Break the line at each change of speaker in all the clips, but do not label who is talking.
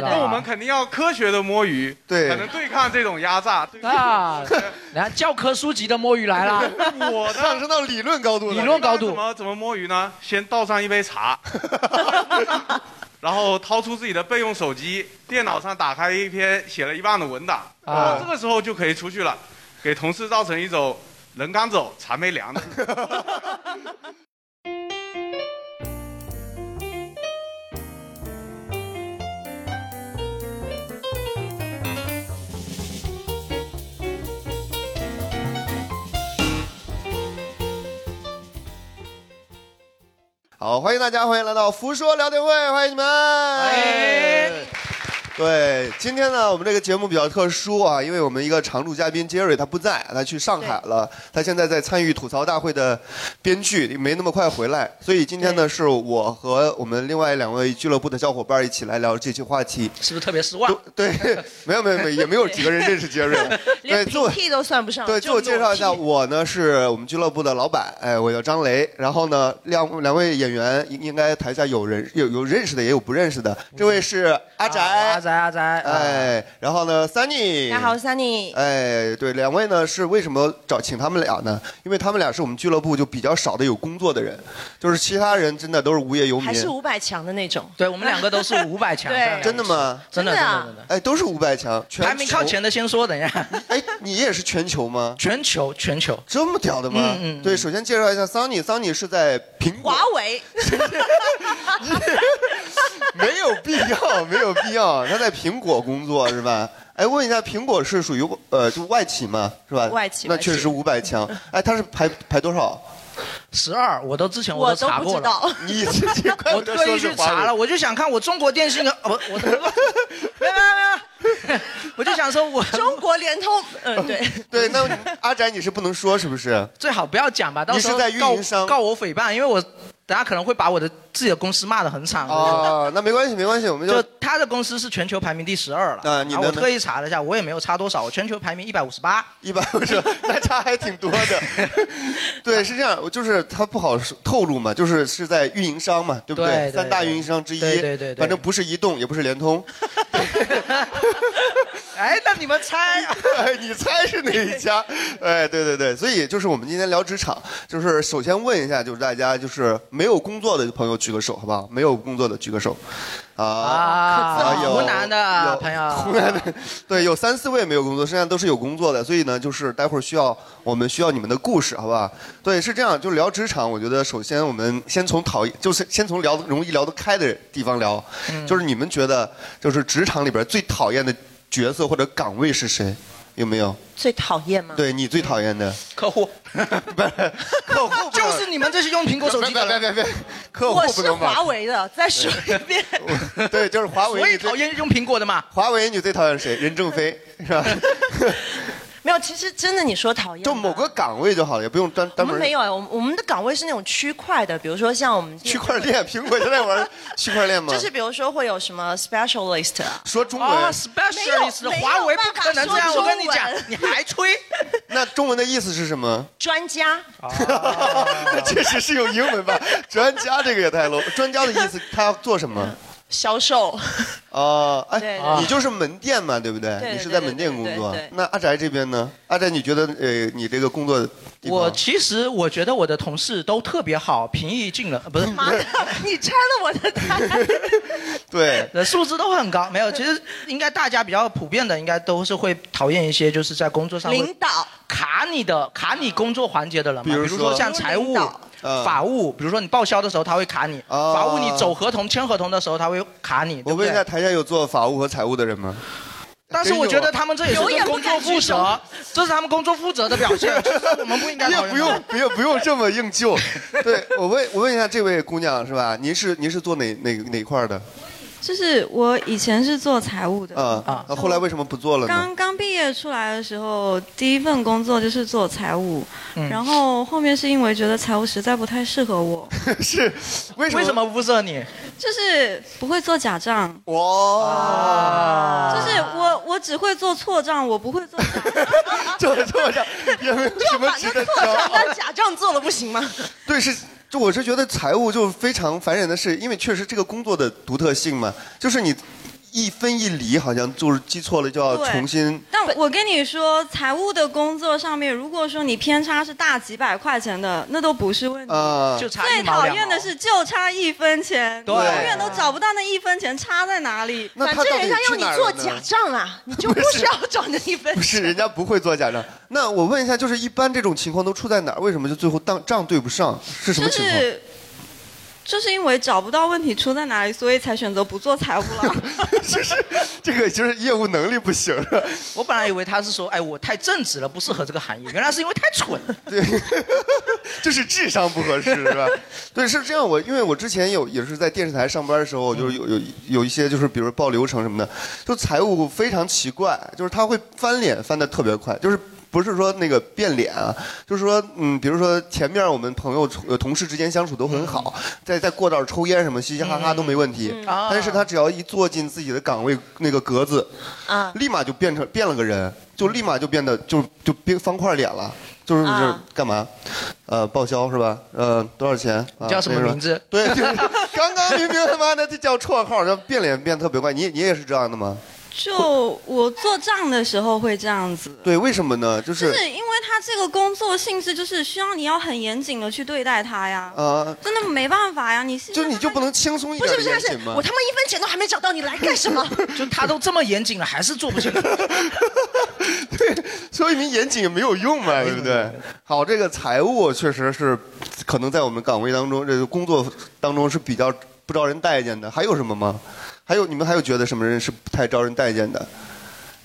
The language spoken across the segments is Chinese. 那我们肯定要科学的摸鱼，
对
才能对抗这种压榨。对，
啊，然后教科书级的摸鱼来了
我
上升到理论高度
理论高
怎
度，
么怎么摸鱼呢？先倒上一 杯茶，然后掏出自己的备用手机，电脑上打开一篇写了一半的文档，
啊
啊，这个时候就可以出去了，给同事造成一种人刚走茶没凉的。
好，欢迎大家，欢迎来到福说聊天会，欢迎你们。
哎
对，今天呢，我们这个节目比较特殊啊，因为我们一个常驻嘉宾 Jerry 他不在，他去上海了，他现在在参与吐槽大会的编剧，没那么快回来，所以今天呢，是我和我们另外两位俱乐部的小伙伴一起来聊这期话题。
是不是特别失望？
对， 没有没有没有，也没有几个人认识 Jerry。对，
连
自我
平替都算不上。
对，
就
自我介绍一下，
裸替，
我呢是我们俱乐部的老板，哎，我叫张雷。然后呢，两两位演员应应该台下有人有有认识的，也有不认识的。这位是阿宅，
阿宅阿宅，啊，
哎，然后呢，Sunny。
大家好，我是 Sunny。
哎，对，两位呢是为什么找请他们俩呢？因为他们俩是我们俱乐部就比较少的有工作的人，就是其他人真的都是无业游民
还。是五百强的那种，
对我们两个都是五百强，
对
上两
真的吗？
真的
真
真
的
的
啊
真的。
哎，都是五百强，全
排名靠前的先说，等一 下，
球。哎，你也是全球吗？
全球全球，
这么屌的吗？
嗯嗯嗯
对，首先介绍一下，Sunny，Sunny 是在苹果
华 为
没有必要，没有必要。他在苹果工作是 吧？哎，问一下，苹果是属于呃就外企嘛，是吧？
外企
那
外企
确实五百强。哎，他是排排多少？
十二，我都之前
我
都
都
查
不
过
知
了。
道，
你这 这怪
我
不得
特
说
意
是
去
华
查了，
为。
我就想看我中国电信跟我我没有没有没有， 我就想说我
中国联通，嗯，对，
对，那你阿宅你是不能说是不是？
最好不要讲吧，到时候
你是在运
告
营商
告我诽谤，因为我等下可能会把我的自己的公司骂得很惨。
哦，那没关系，没关系，我们
就
就
他的公司是全球排名第十二了，
啊你
然后我
呢
特意查了一下，我也没有差多少，我全球排名一百五十八。
一百五十，那差还挺多的。对，是这样，我就是他不好说透露嘛，就是是在运营商嘛，对不
对对
三大运营商之一，
对对对对
反正不是移动，也不是联通。
哎，那你们猜？
哎， 你猜 是哪一家？哎，对对对，所以就是我们今天聊职场，就是首先问一下，就是大家就是没有工作的朋友举个手，好不好？没有工作的举个手。啊，
啊
有
湖南的
啊有
朋
湖
友，
南的， 对，有三四位没有工作，剩下都是有工作的，所以呢，就是待会儿需要我们需要你们的故事，好不好？对，是这样，就聊职场，我觉得首先我们先从讨厌，就是先从聊容易聊得开的地方聊，就是你们觉得就是职场里边最讨厌的角色或者岗位是谁？有没有？
最讨厌吗？
对你最讨厌 的
客户，
不是客户不
就
能，
是你们这些用苹果手机
别别
的人，
别别，客
我
户不
是
能
华
骂。
为的，再说 一遍，
对，就是华为。
所以
你最
讨厌用苹果的嘛。
华为，你最讨厌谁？任正 非是吧？
没有，其实真的你说讨厌吧，
就某个岗位就好了，也不用专
我
专
们
门。
没有，哎我们我们的岗位是那种区块的，比如说像我们
区块链，苹果现在玩区块链吗？
就是比如说会有什么 specialist 啊，
说中
啊
文，
，specialist，
没有
华为不可能这样，
没有
我
办法说
跟你
中
讲
文，
你还吹，
那中文的意思是什么？
专家，
那 确实是有英文吧？专家这个也太 low。专家的意思，他要做什么？
销 售，
哦，
嗯
哎，
对对
你就是门店嘛，对不对？
对
你是在门店工作啊
对对对对。
那阿宅这边呢？阿宅，你觉得呃，你这个工作地方，
我其实我觉得我的同事都特别好，平 易近人，呃不是，
妈的，你拆了我的台，
对
呃素质都很高。没有，其实应该大家比较普遍的，应该都是会讨厌一些就是在工作上
领
会
导，
卡你的卡你工作环节的人
比
嘛，比
如说
如说像财
领
务
导、
嗯
法务，比如说你报销的时候他会卡你，
哦
法务你走合同签合同的时候他会卡你，对
我
不
问一下，哎
对？
台下有做法务和财务的人吗？
但是我觉得他们这也是
有
对
眼不
工作
敢
负
举手
责，这是他们工作负责的表 现，就是我们不应该
你也
讨厌
不
他们
用，不用，不用这么硬就。对我问，我问一下这位姑娘是吧？您是您是做哪哪哪块儿的？
就是我以前是做财务的，
啊
啊
啊，后来为什么不做了呢？
刚刚毕业出来的时候，第一份工作就是做财务，
嗯
然后后面是因为觉得财务实在不太适合我，
是为什么？
为什么污色你？
就是不会做假账，
哇，啊
啊
就是我我只会做错账，我不会 做假账。
这么这么着，也没有什么啊
反
值得
正做
骄
账
傲。
但假账做了不行吗？
对，是，就我是觉得财务就非常烦人的是，因为确实这个工作的独特性嘛，就是你。一分一厘，好像就是记错了就要
对
重新。
但我跟你说，财务的工作上面，如果说你偏差是大几百块钱的，那都不是问题。
啊
就差
最
一毛
讨
两
厌的是就差一分钱，你
对
永远都找不到那一分钱差在哪里。
那
反
他
正
到底
人家
去
要你
哪儿
做
了呢
假账啊，你就不需要找那一分
不是，人家不会做假账。那我问一下，就是一般这种情况都出在哪儿？为什么就最后当账对不上？是什么
就
情况？
是就是因为找不到问题出在哪里，所以才选择不做财务 了。
这个就是业务能力不行了。
我本来以为他是说，哎，我太正直了，不适合这个行业，原来是因为太蠢。
就是智商不合适，是吧？ 对，是这样。我因为我之前有也是在电视台上班的时候，就是有有有一些就是比如报流程什么的，就财务非常奇怪，就是他会翻脸翻的特别快，就是。不是说那个变脸啊，就是说，嗯，比如说前面我们朋友、呃同事之间相处都很好，在在过道儿抽烟什么，嘻嘻哈哈都没问题。
啊
但是他只要一坐进自己的岗位那个格子，
啊。
立马就变成变了个人，就立马就变得就就变方块脸了，就是就
啊
是嗯干嘛？呃，报销是吧？呃，多少钱？啊
叫什么
那个
名字
对， 就是刚刚明明他妈的就叫绰号，然后变脸变得特别快。你你也是这样的吗？
就我做账的时候会这样子。
对，为什么呢？就
就是是因为他这个工作性质，就是需要你要很严谨的去对待他呀，
呃哦
啊，
真的没办法呀，你是
就你就不能轻松一
不
点
是
的
不是，他
严
是
谨吗
我？他妈一分钱都还没找到，你来干什么？
就他都这么严谨了，还是做不清楚。
所以你严谨也没有用 嘛，对不对？好，这个财务确实是可能在我们岗位当中，这个工作当中是比较不招人待见的。还有什么吗？还有你们还有觉得什么人是不太招人待见的？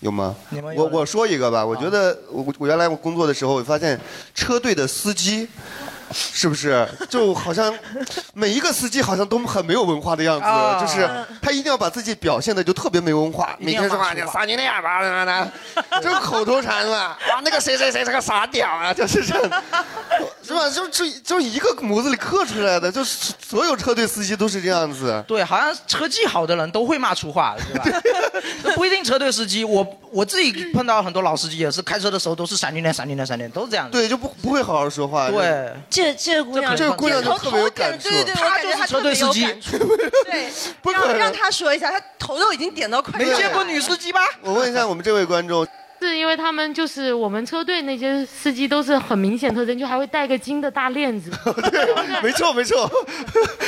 有吗？
你们有啊
我我说一个吧，我觉得我我原来我工作的时候，我发现车队的司机。是不是就好像每一个司机好像都很没有文化的样子？
啊
就是他一定要把自己表现的就特别没文化，
一
每
定
天
要
说
骂
话
粗
就
话
撒你那样
啊
吧，吧吧吧就口头禅嘛。啊，那个谁谁谁是个傻屌 啊，就是这样， 是吧？就就就一个模子里刻出来的，就是所有车队司机都是这样子。
对，好像车技好的人都会骂粗话， 对吧？那 不一定车队司机，我我自己碰到很多老司机也是开车的时候都是闪绿灯、闪绿灯、闪绿灯，都是这样的。
对，就不不会好好说话。
对，
这这姑娘，
这个
姑娘就
头
特别有
头点
感触
对对，我
她
感觉
就是
她
车
特
队
别有
司机
感触。对，
不可
让
能
让她说一下，她头都已经点到快
没
热
见
了
过女司机吧？
我问一下我们这位观众，
是因为他们就是我们车队那些司机都是很明显特征，就还会带个金的大链 子，
没错没错，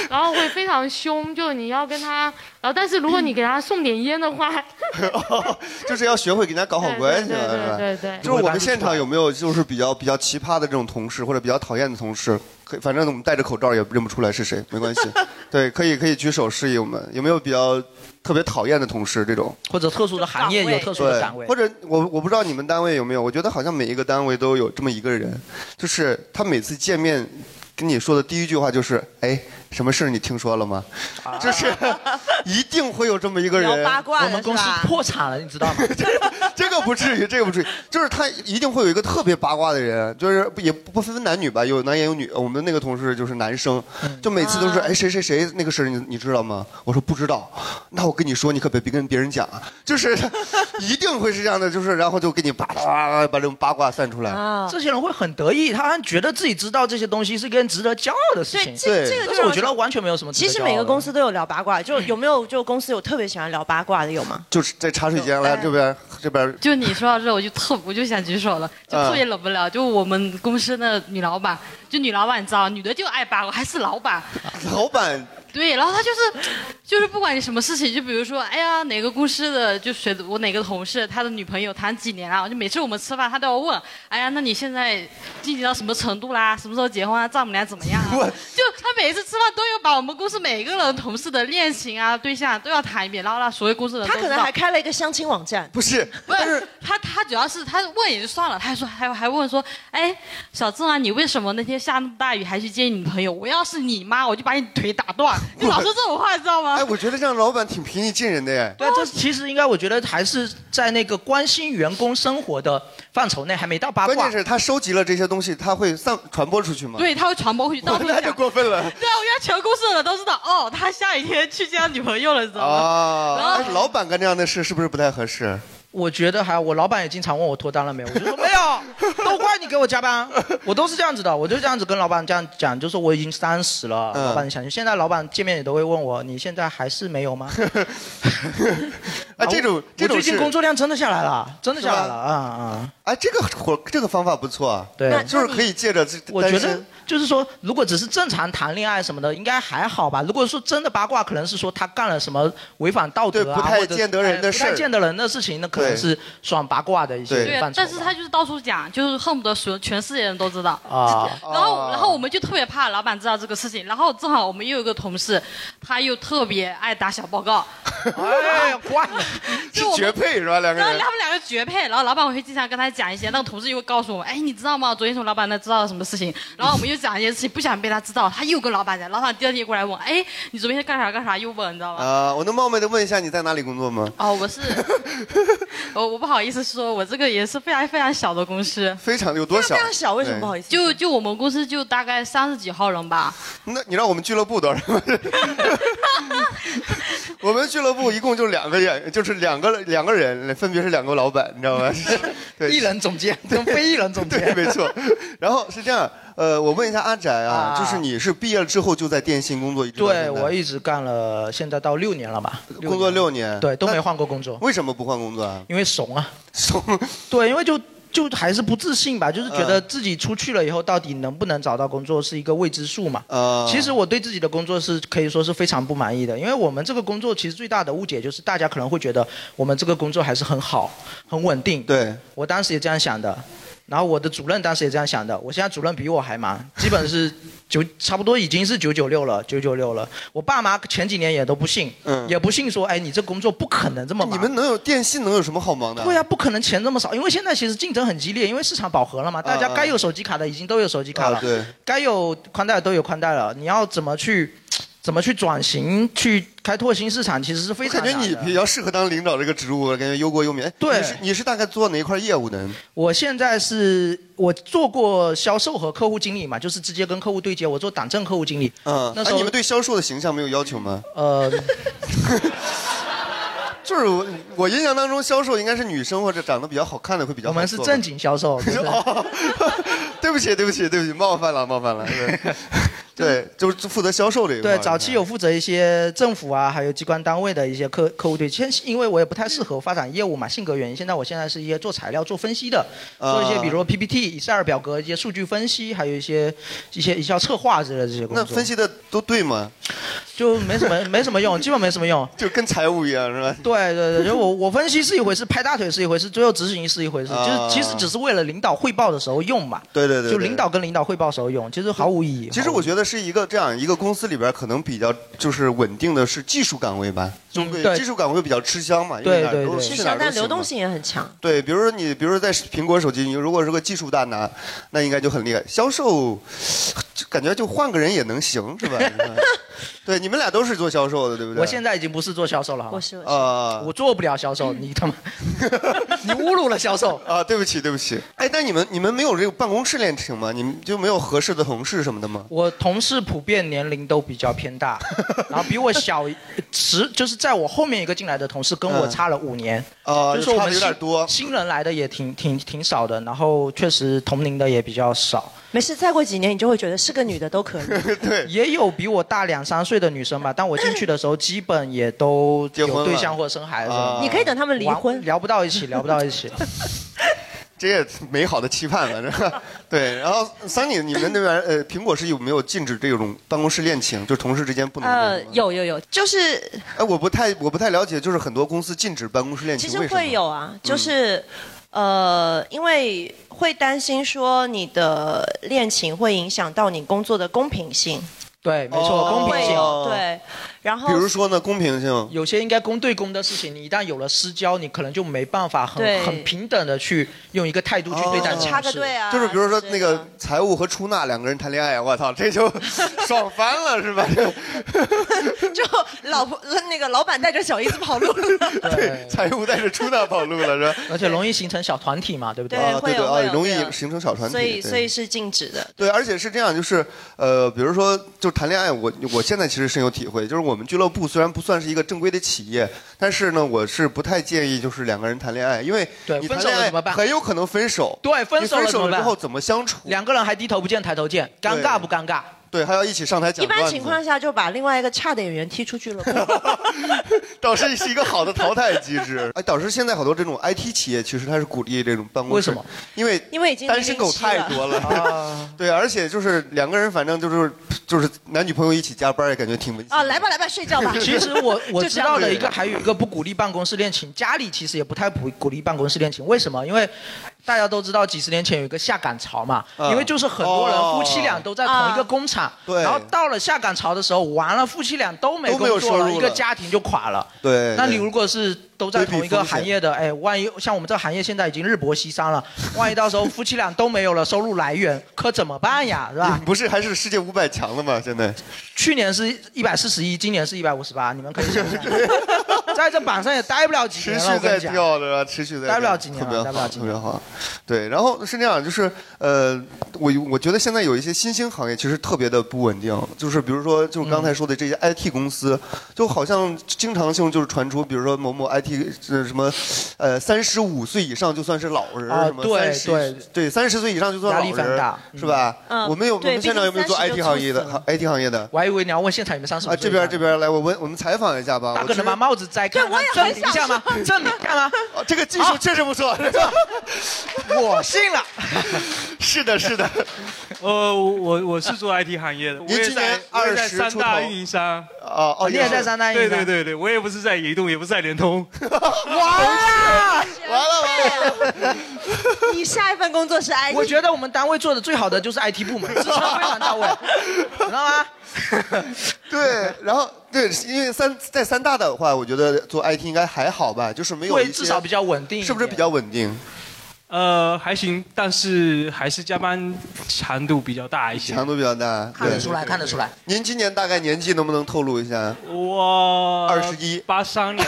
然后会非常凶，就你要跟他，然后但是如果你给他送点烟的话，
就是要学会给人家搞好关系嘛，
对对
是吧？
对对对
就是我们现场有没有就是比较比较奇葩的这种同事，或者比较讨厌的同事？可以，反正我们戴着口罩也认不出来是谁，没关 系。对，可以可以举手示意我们。有没有比较特别讨厌的同事这种？
或者特殊的行业
岗位
有特殊的
对
岗，位
或，者我我不知道你们单位有没有，我觉得好像每一个单位都有这么一个人，就是他每次见面跟你说的第一句话就是，哎，什么事儿你听说了吗？
啊
就是 一定会有这么一 个
聊
人，
八卦
我
的
们
是
公司
吧？
破产了，你知道吗？
这个不至于，这个不至于，就是他一定会有一个特别八卦的人，就是也不分男女吧，有男也有女。我们那个同事就是男生，
嗯
就每次都
啊
是哎谁谁谁那个事儿你你知道吗？我说不知道，那我跟你说，你可别别跟别人讲啊，就是 一定会是这样的，就是然后就给你叭叭叭叭把这种八卦散出来。
啊，
这些人会很得意，他好像觉得自己知道这些东西是跟值得骄傲的事
对，
情。
这这个就
但
是让
我觉得完全没有什么值得骄
其
傲的。
实每个公司都有聊八卦，就有没有就公司有特别喜欢聊八卦的有吗？
就是在茶水间来
哎
这边这边
就你说到这，我就特我就想举手了，
嗯
就特别忍不了。就我们公司的女老板，就女老板，你知道，女的就爱八卦，还是老板。
啊
老板
对，然后她就是，就是不管你什么事情，就比如说，哎呀，哪个公司的，就谁的，我哪个同事，他的女朋友谈几年啊？就每次我们吃饭，他都要问，哎呀，那你现在进行到什么程度啦？什么时候结婚啊？丈母娘怎么样啊？就他每一次吃饭都要把我们公司每个人同事的恋情啊、对象啊都要谈一遍，然后让所有公司人
他
都
可
知
能
道
还。开了一个相亲网站，
不是，
不是他，他主要是他问也就算了，他还说还还问说，哎，小郑啊，你为什么那天下那么大雨还去接你朋友？我要是你妈，我就把你腿打断。就老说这种话，你知道吗
哎，？我觉得这样老板挺平易近人的哎。
对啊，这其实应该，我觉得还是在那个关心员工生活的范畴内，还没到八卦。
关键是他收集了这些东西，他会散传播出去吗？
对， 他会传播回去，到处
那
讲。
就过分了。
对啊，我原来全公司的人都知道，哦，他下雨天去见他女朋友了，你知道吗？
啊，
然后
但是老板干这样的事是不是不太合适？
哦我觉得还我老板也经常问我脱单了没有，我就说没 有，都怪你给我加班，我都是这样子的，我就这样子跟老板这样讲，就说我已经三十了，
嗯
老板想现在老板见面也都会问我，你现在还是没有 吗？
啊，这种这种
我最
是
近工作量真的下来了，真的下来了啊啊！
哎，这个活这个方法不错啊，
对那
就是可以借着这，
我觉
单
得
身
就是说，如果只是正常谈恋爱什么的，应该还好吧。如果说真的八卦，可能是说他干了什么违反道德
对
啊，
不太
或者
见得人的
哎
事儿
不太见得人的事情，那可
对
能是算八卦的一些
对
范，畴
但是他就是到处讲，就是恨不得全全世界人都知道。
啊。
然后，然后我们就特别怕老板知道这个事情。然后正好我们又有一个同事，他又特别爱打小报告，
哎，怪
是
就我们
绝配是吧？两个
然后
嗯
人
他们两个绝配。然后老板会经常跟他讲一些，那个同事又会告诉我们，哎，你知道吗？昨天从老板那知道了什么事情。然后我们又讲一些事情，不想被他知道，他又跟老板讲。老板第二天过来问，哎，你昨天干啥干啥？又问，你知道吗？
啊，我能冒昧的问一下你在哪里工作吗？
哦， 我是，我我不好意思说，我这个也是非常非常小的公司，
非常有多小？
非常小，为什么不好
意
意思？
就就我们公司就大概三十几号人吧。
思？那你让我们俱乐部多少 人？我们俱乐部一共就两个人，就是两个两个人，分别是两个老板，你知 道吗？对，
艺人总监跟非艺人总
对，
监，
没错。然后是这样，呃，我问一下阿宅啊，
啊
就是你是毕业了之后就在电信工作一直到现
对
在
我一直干了，现在到六年了吧？
工作六年，
对都没
那
换过工作，
为什么不换工作啊？
因为怂啊。
怂，
对，因为就就还是不自信吧，就是觉得
嗯
自己出去了以后到底能不能找到工作是一个未知数嘛。
呃，
其实我对自己的工作是可以说是非常不满意的，因为我们这个工作其实最大的误解就是大家可能会觉得我们这个工作还是很好、很稳定。
对，
我当时也这样想的，然后我的主任当时也这样想的。我现在主任比我还忙，基本是九，差不多已经是九九六了，九九六了。我爸妈前几年也都不信，
嗯
也不信说，哎，你这工作不可能这么忙。
你们能有电信能有什么好忙的？
对啊，不可能钱这么少，因为现在其实竞争很激烈，因为市场饱和了嘛，大家
啊啊
该有手机卡的已经都有手机卡了，
啊对
该有宽带的都有宽带了，你要怎么去，怎么去转型，去开拓新市场，其实是非
我
常
感
难
觉
的。
你比较适合当领导这个职务，感觉忧国忧民。哎
对
你是你是大概做哪一块业务的？
我现在是我做过销售和客户经理嘛，就是直接跟客户对接，我做党政客户经理，
嗯，
那
哎
时候
你们对销售的形象没有要求吗？
呃，
就是我 我印象当中，销售应该是女生或者长得比较好看的会比较
我
好做吧。
们是正经 销售，就是
哦，对不起，对不起，对不起，冒犯了，冒犯了。 对， 对就是负责销售这一块。
对，早期有负责一些政府啊，还有机关单位的一些客客户对接，现因为我也不太适合发展业务嘛，性格原因。现在我现在是一些做材料、做分析的，
啊
做一些比如说 PPT、Excel 表格、一些数据分析，还有一些一些一些策划之类的这些工
那
作。
分析的都对吗？
就没什么没什么用，基本没什么 用。
就跟财务一样是吧？
对对对，就我我分析是一回事，拍大腿是一回事，最后执行是一回事，
啊
就是其实只是为了领导汇报的时候用嘛。
对对对对
就领导跟领导汇报时候用，其实毫无意义。
其实
毫无
我
意义
觉得是一个这样一个公司里边可能比较就是稳定的是技术岗位吧，就
嗯
会
对
技术岗位比较吃香嘛，因
对
为哪儿
对
都
对啊
去
是
哪儿
想，
都
但
行
流动
嘛
性也很强。
对，比如说你，比如说在苹果手机，你如果是个技术大拿，那应该就很厉害。销售，就感觉就换个人也能行，是吧？你看对，你们俩都是做销售的，对不对？
我现在已经不是做销售了，好吗
我是
啊
我做不了销售，你 他妈，你侮辱了销售。
啊，对不起，对不起。哎，但你们你们没有这个办公室恋情吗？你们就没有合适的同事什么的吗？
我同事普遍年龄都比较偏 大，然后比我小十，就是在我后面一个进来的同事跟我差了五年，
啊，
就是说我
差的
们
有
新
点多。
新人来的也挺挺挺少的，然后确实同龄的也比较少，
没事，再过几年你就会觉得是个女的都 可以。
对，
也有比我大两三岁的女生吧，但我进去的时候基本也都
结婚了
有对象或者生孩子
啊
了。
你可以等他们离婚
玩，聊不到一起，聊不到一 起。
这也美好的期盼了，是吧？对。然后桑尼，你们那边呃，苹果是有没有禁止这种办公室恋情？就是同事之间不能那
呃
种吗，。
有有有，就是
哎，我不太我不太了解，就是很多公司禁止办公室恋
其
情，
实
为什么嗯
会有啊，就是、呃，因为会担心说你的恋情会影响到你工作的公平性，
对，没
哦
错，公平
会
性。
有对，然后
比如说呢，公平性，
有些应该公对公的事情，你一旦有了私交，你可能就没办法很
对
很平等的去用一个态度去对待
哦
这
插
件
个
事。
队啊，
就是比如说
之
那
类
个
的
财务和出纳两个人谈恋爱，我操，这就 爽翻了，是吧？
就老婆那个老板带着小姨子跑路了。
对，财务带着出纳跑路了，是吧？
而且容易形成小团体嘛，对不对？
对
啊，
会
对对
有
啊
会，有
容
会
易
有
形成小团体。
所以
对
所以是禁止的。
对，而且是这样，就是呃，比如说，就谈恋爱，我我现在其实深有体会，就是我们俱乐部虽然不算是一个正规的企业，但是呢，我是不太建议就是两个人谈恋爱，因为
对
你
分
谈
手
恋
了
爱
怎么办
很有可能分手。
对，分
你
手了
分
怎
手
么
了
办
之后怎么相处？
两个人还低头不见抬头见，尴尬不尴尬？
对，还要一起上台讲
一
段子。
般情况下就把另外一个差的演员踢出去了。
导师是一个好的淘汰机制。 哎，导师现在好多这种 IT 企业其实它是鼓励这种办公室，
为什么？
因为
因为已经
单身狗太多了。 对，而且就是两个人，反正就是就是男女朋友一起加班也感觉挺危险。
啊，来吧来吧，睡 觉吧。
其实我我
就
知
这样
道的
子
一个还有一个不鼓励办公室恋情，家里其实也不太鼓鼓励办公室恋情。为什么？因为大家都知道几十年前有一个下岗潮嘛，
嗯
因为就是很多人
哦嗯
夫妻俩都在同一个工厂，
对
然后到了下岗潮的时候，完了夫妻俩都没
都没有
工作了，
收入
一个
了
家庭就垮了。
对，
那你
对
如果是都在
规避
同一个
风险
行业的，哎，万一像我们这行业现在已经日薄西山了，万一到时候夫妻俩都没有了收入来源，可怎么办呀？是吧？
不是还是世界五百强的吗？现在
去年是一百四十一，今年是一百五十八，你们可以 想象，在这榜上也待不了几
持
年了。
续
我跟
在
你讲，
掉的，啊持续在掉
待不了几年了
特别
待不了
好，
几
特
年
别好。对，然后是这样，就是呃，我我觉得现在有一些新兴行业其实特别的不稳定，就是比如说就是
嗯
刚才说的这些 IT 公司，就好像经常性就是传出，比如说某某 IT 呃什么呃三十五岁以上就算是老人，
啊
什么
对
30
对
对，三十岁以上就算
压
老
力
人，
非常大
是吧？
嗯
我们有我
对
们现场有没有做
毕竟
IT 行业
30就猝
的
死
IT 行业的？
我还以为你要问现场有没有三十五
啊，
岁。
这边这，边来，我问我们采访一下吧。
大
我
哥
其
能把
实
帽子摘开，
对我也
证
很
明一下吗？ 证明看吗？啊
哦这个技术确实不错，
我信了。
是的，是的。
呃，我我我是做 IT 行业的，我
您
也
今年
在我也在
20
三
出
大
头
运营商，
哦哦，
你也在
是
三单一
对
呢
对，对对，我也不是在移动，也不是在联通，
哇！
完了完了，
你下一份工作是 IT，
我觉得我们单位做的最好的就是 IT 部门，支撑非常到位，你知道吗？
对，然后对，因为三在三大的话，我觉得做 IT 应该还好吧，就是 没有一
会
些
至少比较稳定一点，
是不是比较稳定？
呃，还行，但是还是加班强度比较大一些。
强度比较大。
看得
对，
出来，看得出来。
您今年大概年纪能不能透露一下？
我
21
八三年，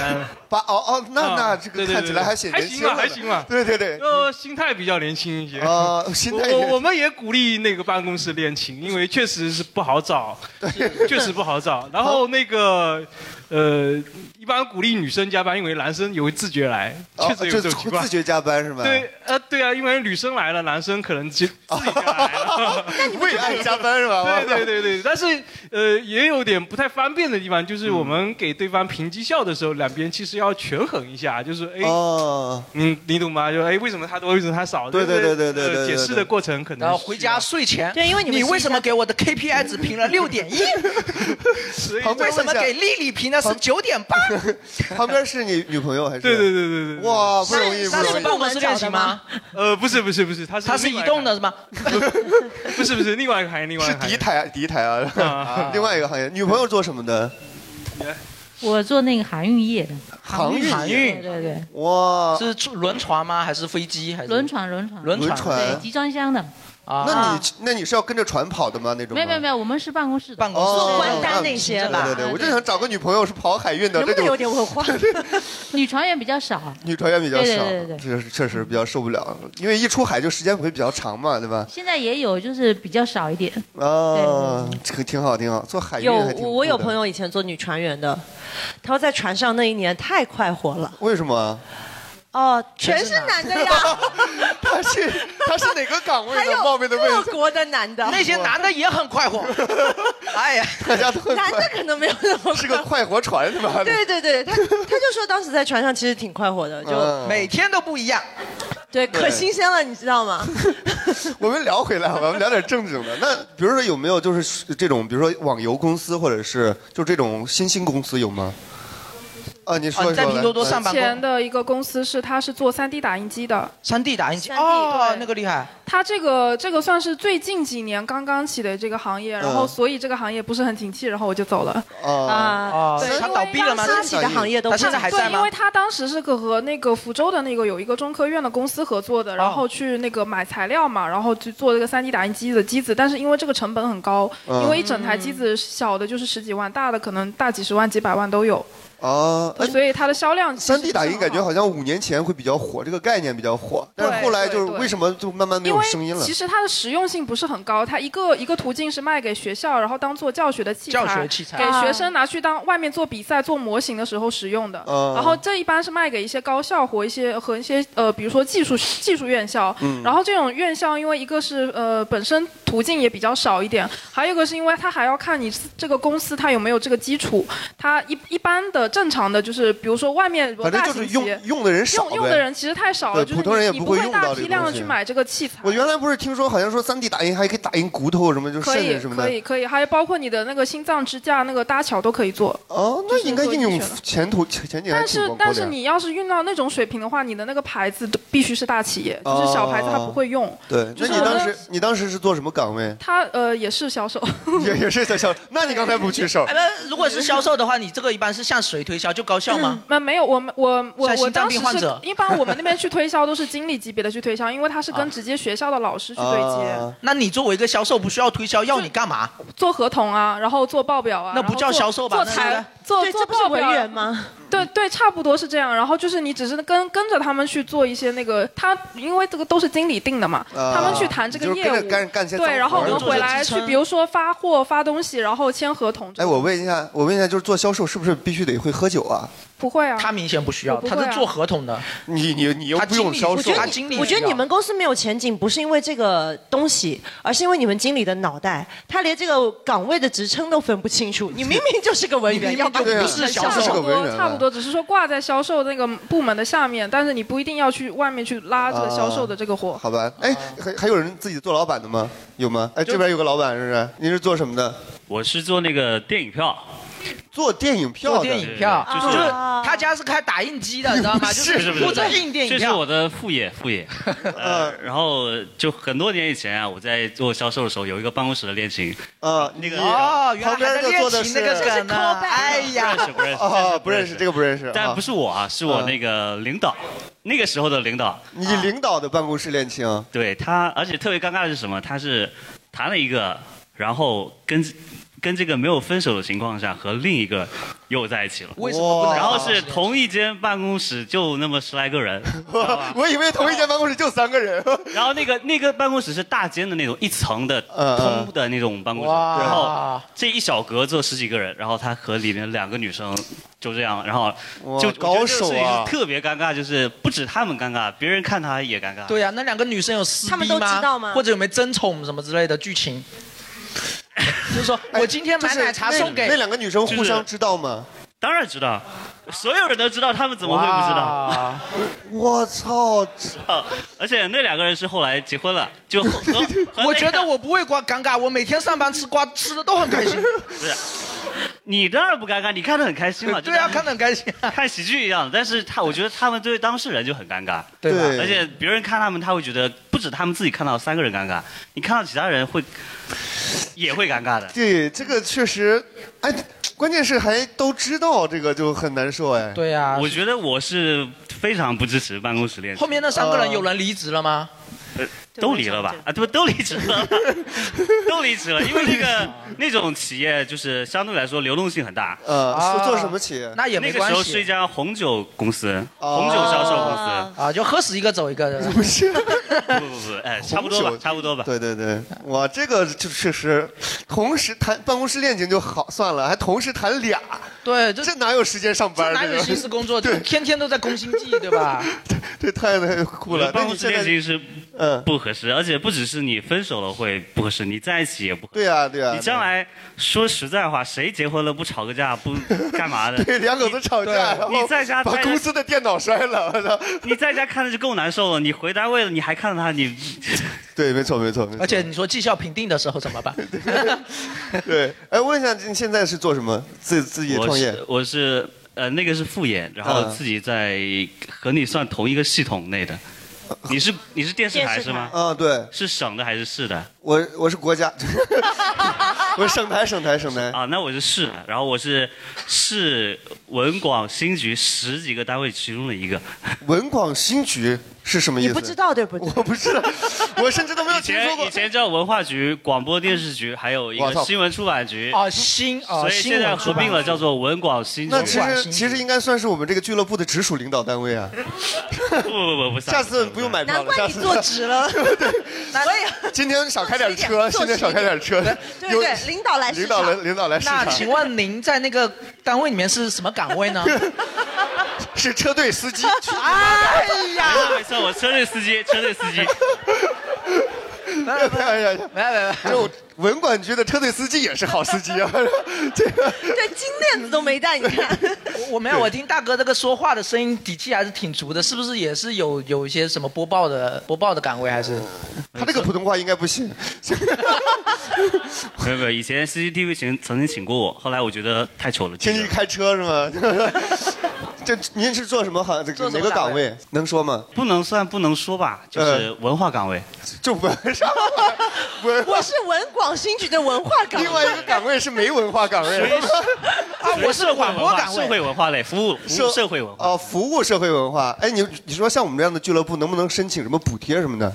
八哦哦，那
啊
那这个
对对
看起来
对
还显
还
年
行
轻
吧，
了，
还行吧。
对对对，
呃，心态比较年轻一些。
啊，心
我
态
我我
也
们也鼓励那个办公室恋情，因为确实是不好找，确 确实不好找。然后那个呃，一般鼓励女生加班，因为男生也会自觉来，
哦
确实有这
就
种情况
自。觉加班是吧？
对，，呃，对啊，因为女生来了，男生可能就
哦
自己就 来了。
为爱加班是吧？
对对对对，但是呃，也有点不太方便的地方，就是我们给对方评绩效的时候，两边其实要权衡一下，就是哎，
哦，
你你懂吗？就哎，为什么他多，为什么他少？
对对对对对
呃
对对对
解释的过程可能
然
啊
后
需
回
要
家睡前，
对因为你们
你
是
为
一
什么给我的 KPI 只评了六点一？
所以
旁
为
边
什么给丽丽评的是九点八？
旁边是你女朋友还是？
对对对对对，对，
哇，不容易不
那
容
是
易。
部门是恋情吗？
呃，不是不是不是，他 是
它是
另
移
外一个
动的，是吗？
不是不是另外一个行业，另外一
是
个行
敌
业。
台敌台 啊
啊，
另外一个行业，女朋友做什么的？
我做那个航运业的，
航运
航
对
运
对对，
哇，
是出轮船吗？还是飞机？还是
轮？船轮船，
轮
轮
船
船
对，集装箱的，
啊？
那你那你是要跟着船跑的吗？那种
没有没有没有，我们是办公室的
办，公室
哦
做关单那些吧
对对对，
嗯
我就想找个女朋友是跑海运的，
能
这
不能有
种
点文 化？
女船员比较少。
女船员比较
对对
少
对对，对
确实确实比较受不了，因为一出海就时间会比较长嘛，对吧？
现在也有，就是比较少一点。
啊，这个挺好挺好，做海运
有
还挺
我我有朋
友，
友以前做女船员的，他说在船上那一年太快活了
为什么啊？
哦，全是男的呀，
他是他是哪个岗位
还
的？
有
冒昧的问一
各
下，
国的男的，
那些男的也很快 活。哎呀，
大家都很
男的
快，
可能没有那么
是个
快活。
快活船是吧？
对对对，他他就说当时在船上其实挺快活的，就、
嗯
每天都不一样。
对，可新鲜了，你知道吗？
我们聊回来好吧，我们聊点正经的。那比如说有没有就是这种，比如说网游公司或者是就这种新兴公司有吗？啊，你说
哦，
说
你在
来
拼多多
来
上班
前
过？
的一个公司是它是做 3D 打印机的，
三 D 打印机
3D
哦，
对
那个厉害。
它这个这个算是最近几年刚刚起的这个行业，然后
嗯
所以这个行业不是很景气，然后我就走了。
啊，
哦
对，
他
因为
倒闭了吗？
发起的行业都
他现在还在
对，因
吗
为？他当时是个和那个福州的那个有一个中科院的公司合作的，然后
哦
去那个买材料嘛，然后去做这个 3D 打印机的机子，但是因为这个成本很高，
嗯
因为一整台机子小的就是十几万，大的可能大几十万、几百万都有。
啊，哎
所以它的销量其实
三 D 打印感觉好像五年前会比较火，这个概念比较火，但是后来就是
对对
为什么就慢慢没
因
有
为
声音了？
其实它的实用性不是很高，它一个一个途径是卖给学校，然后当做教学的器材，
教学器材啊
给学生拿去当外面做比赛、做模型的时候使用的。
嗯
然后这一般是卖给一些高校或一些和一些呃，比如说技术技术院校。
嗯
然后这种院校，因为一个是呃本身途径也比较少一点，还有一个是因为它还要看你这个公司它有没有这个基础。它一一般的正常的就是，比如说外面
反正
大
就是
型企
用
业
用的人少
用用
呗
的人其实太少了，
对
就是
普通人也
你你
不
不
会
会
用
大
到这
批
个
量
东
的
西
去买这个器材。
我原来不是听说好像说三 D 打印还可以打印骨头什么，就
可以
肾什么的。
可以可以，还有包括你的那个心脏支架、那个搭桥都可以做。
哦，那应该应用
就是做医学的
前途前前景还
但
挺
是
广阔
但
的
是
呀。
你要是运到那种水平的话，你的那个牌子都必须是大企业，就是小牌子它不会用。
哦对，那
就是
你
我
当
们？
时你当时是做什么岗位
它呃也是销 售，
也也是在销，那你刚才不去手
哎，？那如果是销售的话，你这个一般是向谁推销？就高校吗？
那没有，我们我我
像
我
心脏
当时
病患
是
者
一般我们那边去推销都是经理级别的去推销，因为 它是
啊
跟直接学校的老师嗯去对
啊
接，
那你作为一个销售，不需要推销，要你干嘛？
做合同啊，然后做报表啊，
那不
然后
叫
做
销售吧
做
那
财
是
做
对
做
这不是
报表啊
文员吗？
对对，差不多是这样。然后就是你只是跟跟着他们去做一些那个，他因为这个都是经理定的嘛，
啊
他们去谈这个
就是
业
跟
务，
着干干些脏活
对，然后我们
做做
回来
支
去
撑，
比如说发货、发东西，然后签合同。
哎，我问一下，我问一下，就是做销售是不是必须得会喝酒啊？
不会啊，
他明显不需要
我不会啊他是做合
同的。
你你你又不用销售，
我觉得你我觉得你们公司没有前景，不是因为这个东西，而是因为你们经理的脑袋，他连这个岗位的职称都分不清楚。你明明就是个文员，
你明明
要不
就
然
不
你
是
很
销
像
售
差
这
不
个文
多
人啊
差不多，只是说挂在销售那个部门的下面，但是你不一定要去外面去拉这个销售的这个活。
好吧？哎，还还有人自己做老板的吗？有吗？哎，这边有个老板是不是？您是做什么的？
我是做那个电影票，
做电影票的。
做电影票，
对
就
就是
是他家是开打印机的，你知道吗？就
不
负责印电影
哦这是
票。
我的副业，副 业。呃，然后就很多年以前啊，我在做销售的时候，有一个办公室的恋情，
呃，
那个
哦，原来
旁边
还在
就
练
做的
琴
是
那个梗呢。哎呀，
不认识不认识
哦，不认识这个不认识，嗯
但不是我啊，是我那个领导，那个时候的领导。啊
你领导的办公室恋情？
对他，而且特别尴尬的是什么？他是谈了一个，然后跟跟这个没有分手的情况下，和另一个又在一起了。
为什么不能
然后是同一间办公室，就那么十来 个人。
啊。 我以为同一间办公室就三个人。
然后那个那个办公室是大间的那种，一层的通的那种办公室，
呃哇
然后这一小格坐十几个人，然后他和里面两个女生就这样，然后
哇
就我觉得
高手啊
这个事情是特别尴尬，就是不止他们尴尬，别人看他也尴尬。
对呀，那两个女生有撕逼
他们都知道吗
或者有没有争宠什么之类的剧情？就是说我今天买奶茶送给
哎那两个女生互相知道吗？
当然知道， 所有人都知道，他们怎么会不知道？ 哦
我操！
而且那两个人是后来结婚了，就后和
我觉得我不会瓜尴尬，我每天上班吃瓜吃的都很开心。
是， 你当然不尴尬，你看得很开心 嘛。
对啊看得很开心、
看喜剧一样。但是他，我觉得他们对当事人就很尴尬，
对吧对
而且别人看他们，他会觉得不止他们自己看到三个人尴尬，你看到其他人会也会尴尬的。
对，这个确实，哎，关键是还都知道，这个就很难受哎。
对呀、
我觉得我是非常不支持办公室恋情
后，面那三个人有人离职了吗？
呃，都离了吧？啊，对，都离 职了，都离职了，因为那个那种企业就是相对来说流动性很大。啊
呃，是做什么企业？
啊那也没
那个
关
时候
系哦
是一家红酒公司，红酒销售公司。
啊，就喝死一个走一个的。
不是，
不不不，哎，差不多吧，差不多吧。
对对对，哇，这个就确实，同时谈办公室恋情就好算了，还同时谈俩，
对，这
这哪有时间上班？
哪有
这个
心思工作？对，天天都在攻心计，对吧？
这太太酷了。那
办
你
公室
现
恋
在嗯
情是不合适，而且不只是你分手了会不合适，你在一起也不合适。
对啊对啊
你将来说实在话，谁结婚了不吵个 架不干嘛的？
对两口子吵架，然后
你在家
把
待着
公司的电脑摔了，我操！
你在家看着就够难受了，你回单位了你还看着他，你
对，没错没错没错。
而且你说绩效评定的时候怎 么办？
对，哎，问一下，你现在是做什么？自自己
我
创业
是？我是呃那个是副业，然后
嗯
自己在和你算同一个系统内的。你是你是电视台
电视
是吗？
台嗯对。
是省的还是市的？
我我是国家， 我是省台省台省台。
啊，那我是市，然后我是市文广新局十几个单位其中的一个。
文广新局是什么意思？
你不知
道对不
对？我不知道，我甚至都没有
以
听说
前
过
以。前叫文化局、广播电视局，还有一
我
个
操
新闻出版局。
啊新啊
所以
新
现在
闻出
合
版
并了，
局
叫做文广新局。
那其实其实应该算是我们这个俱乐部的直属领导单位啊。
不不不不，
下次不用买票了。
难怪
下
你
次
坐直 了，所以
今天少开点车，
坐
今
直
天
一点
少开点车。
对对对，领导来市
领导
场
来，领导来市
那
场。
请问您在那个单位里面是什么岗 位呢？
是车队司机。
哎呀，
没错没错，我车队司机，车队司机。
没有没有没有没
有，
就文管局的车队司机也是 好司机啊。这个
对金链子都没带，你看。
我我没有，我听大哥这个说话的声音底气还是挺足的，是不是也是有有一些什么播报的播报的岗位还是？
他这个普通话应该不行。
没有没有，以前 CCTV 曾曾经请过我，后来我觉得太丑了。
请你开车是吗？这您是做什么行？这个哪个岗位？能说吗？呃
不能算不能说吧，就是文化岗位。
就文上文，
我是文广新局的文化岗位。
另外一个岗位是没文化岗 位。
啊
我是广播岗位，社会文化类服务服务社会文化。
哦，服务社会文化。哎，你你说像我们这样的俱乐部，能不能申请什么补贴什么 的？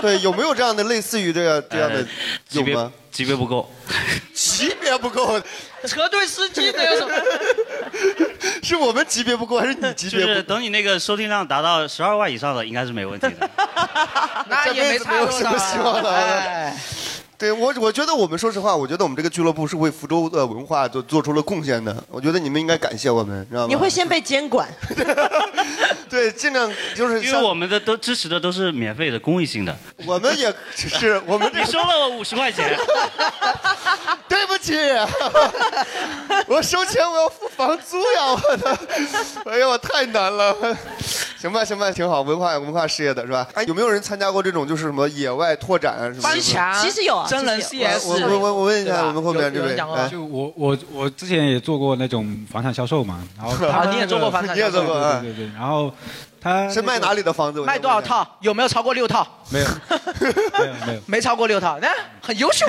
对，有没有这样的类似于这样这样的
呃？级
有
别
吗？
级别不够，
级别不 够，
车队司机的有什么？
是我们级别不够，还是你级
就
别不
是
够？
等你那个收听量达到十二万以上的，应该是没问题的。
那也没
没
差
有
多
什
少
么希望了。
哎
对我，我觉得我们说实话，我觉得我们这个俱乐部是为福州的文化做做出了贡献的。我觉得你们应该感谢我们，知道吗？
你会先被监管，
对，尽量就是
因为 我们的都支持的都是免费的公益性 的。
我们也是我们
你收了我五十块钱，
对不起，我收钱我要付房租呀！我的， 哎呀，我太难了。 行吧，行吧，挺好，文化文化事业的是吧？哎，有没有人参加过这种就是什么野外拓展啊什么的？
翻墙
其实有啊真人
其实有 CS
我我我我问一
对
下
吧
我们后面这
有有人
位，
讲啊过吗
哎
就我我我之前也做过那种房产销售嘛，然
哦
后
啊
他
你也做过房 产销售
对对
嗯
啊
对对对，然后他
是卖哪里
的房子
卖多少套？有没有超过六套？
没有，没有没有。
没超过六套，那很优秀。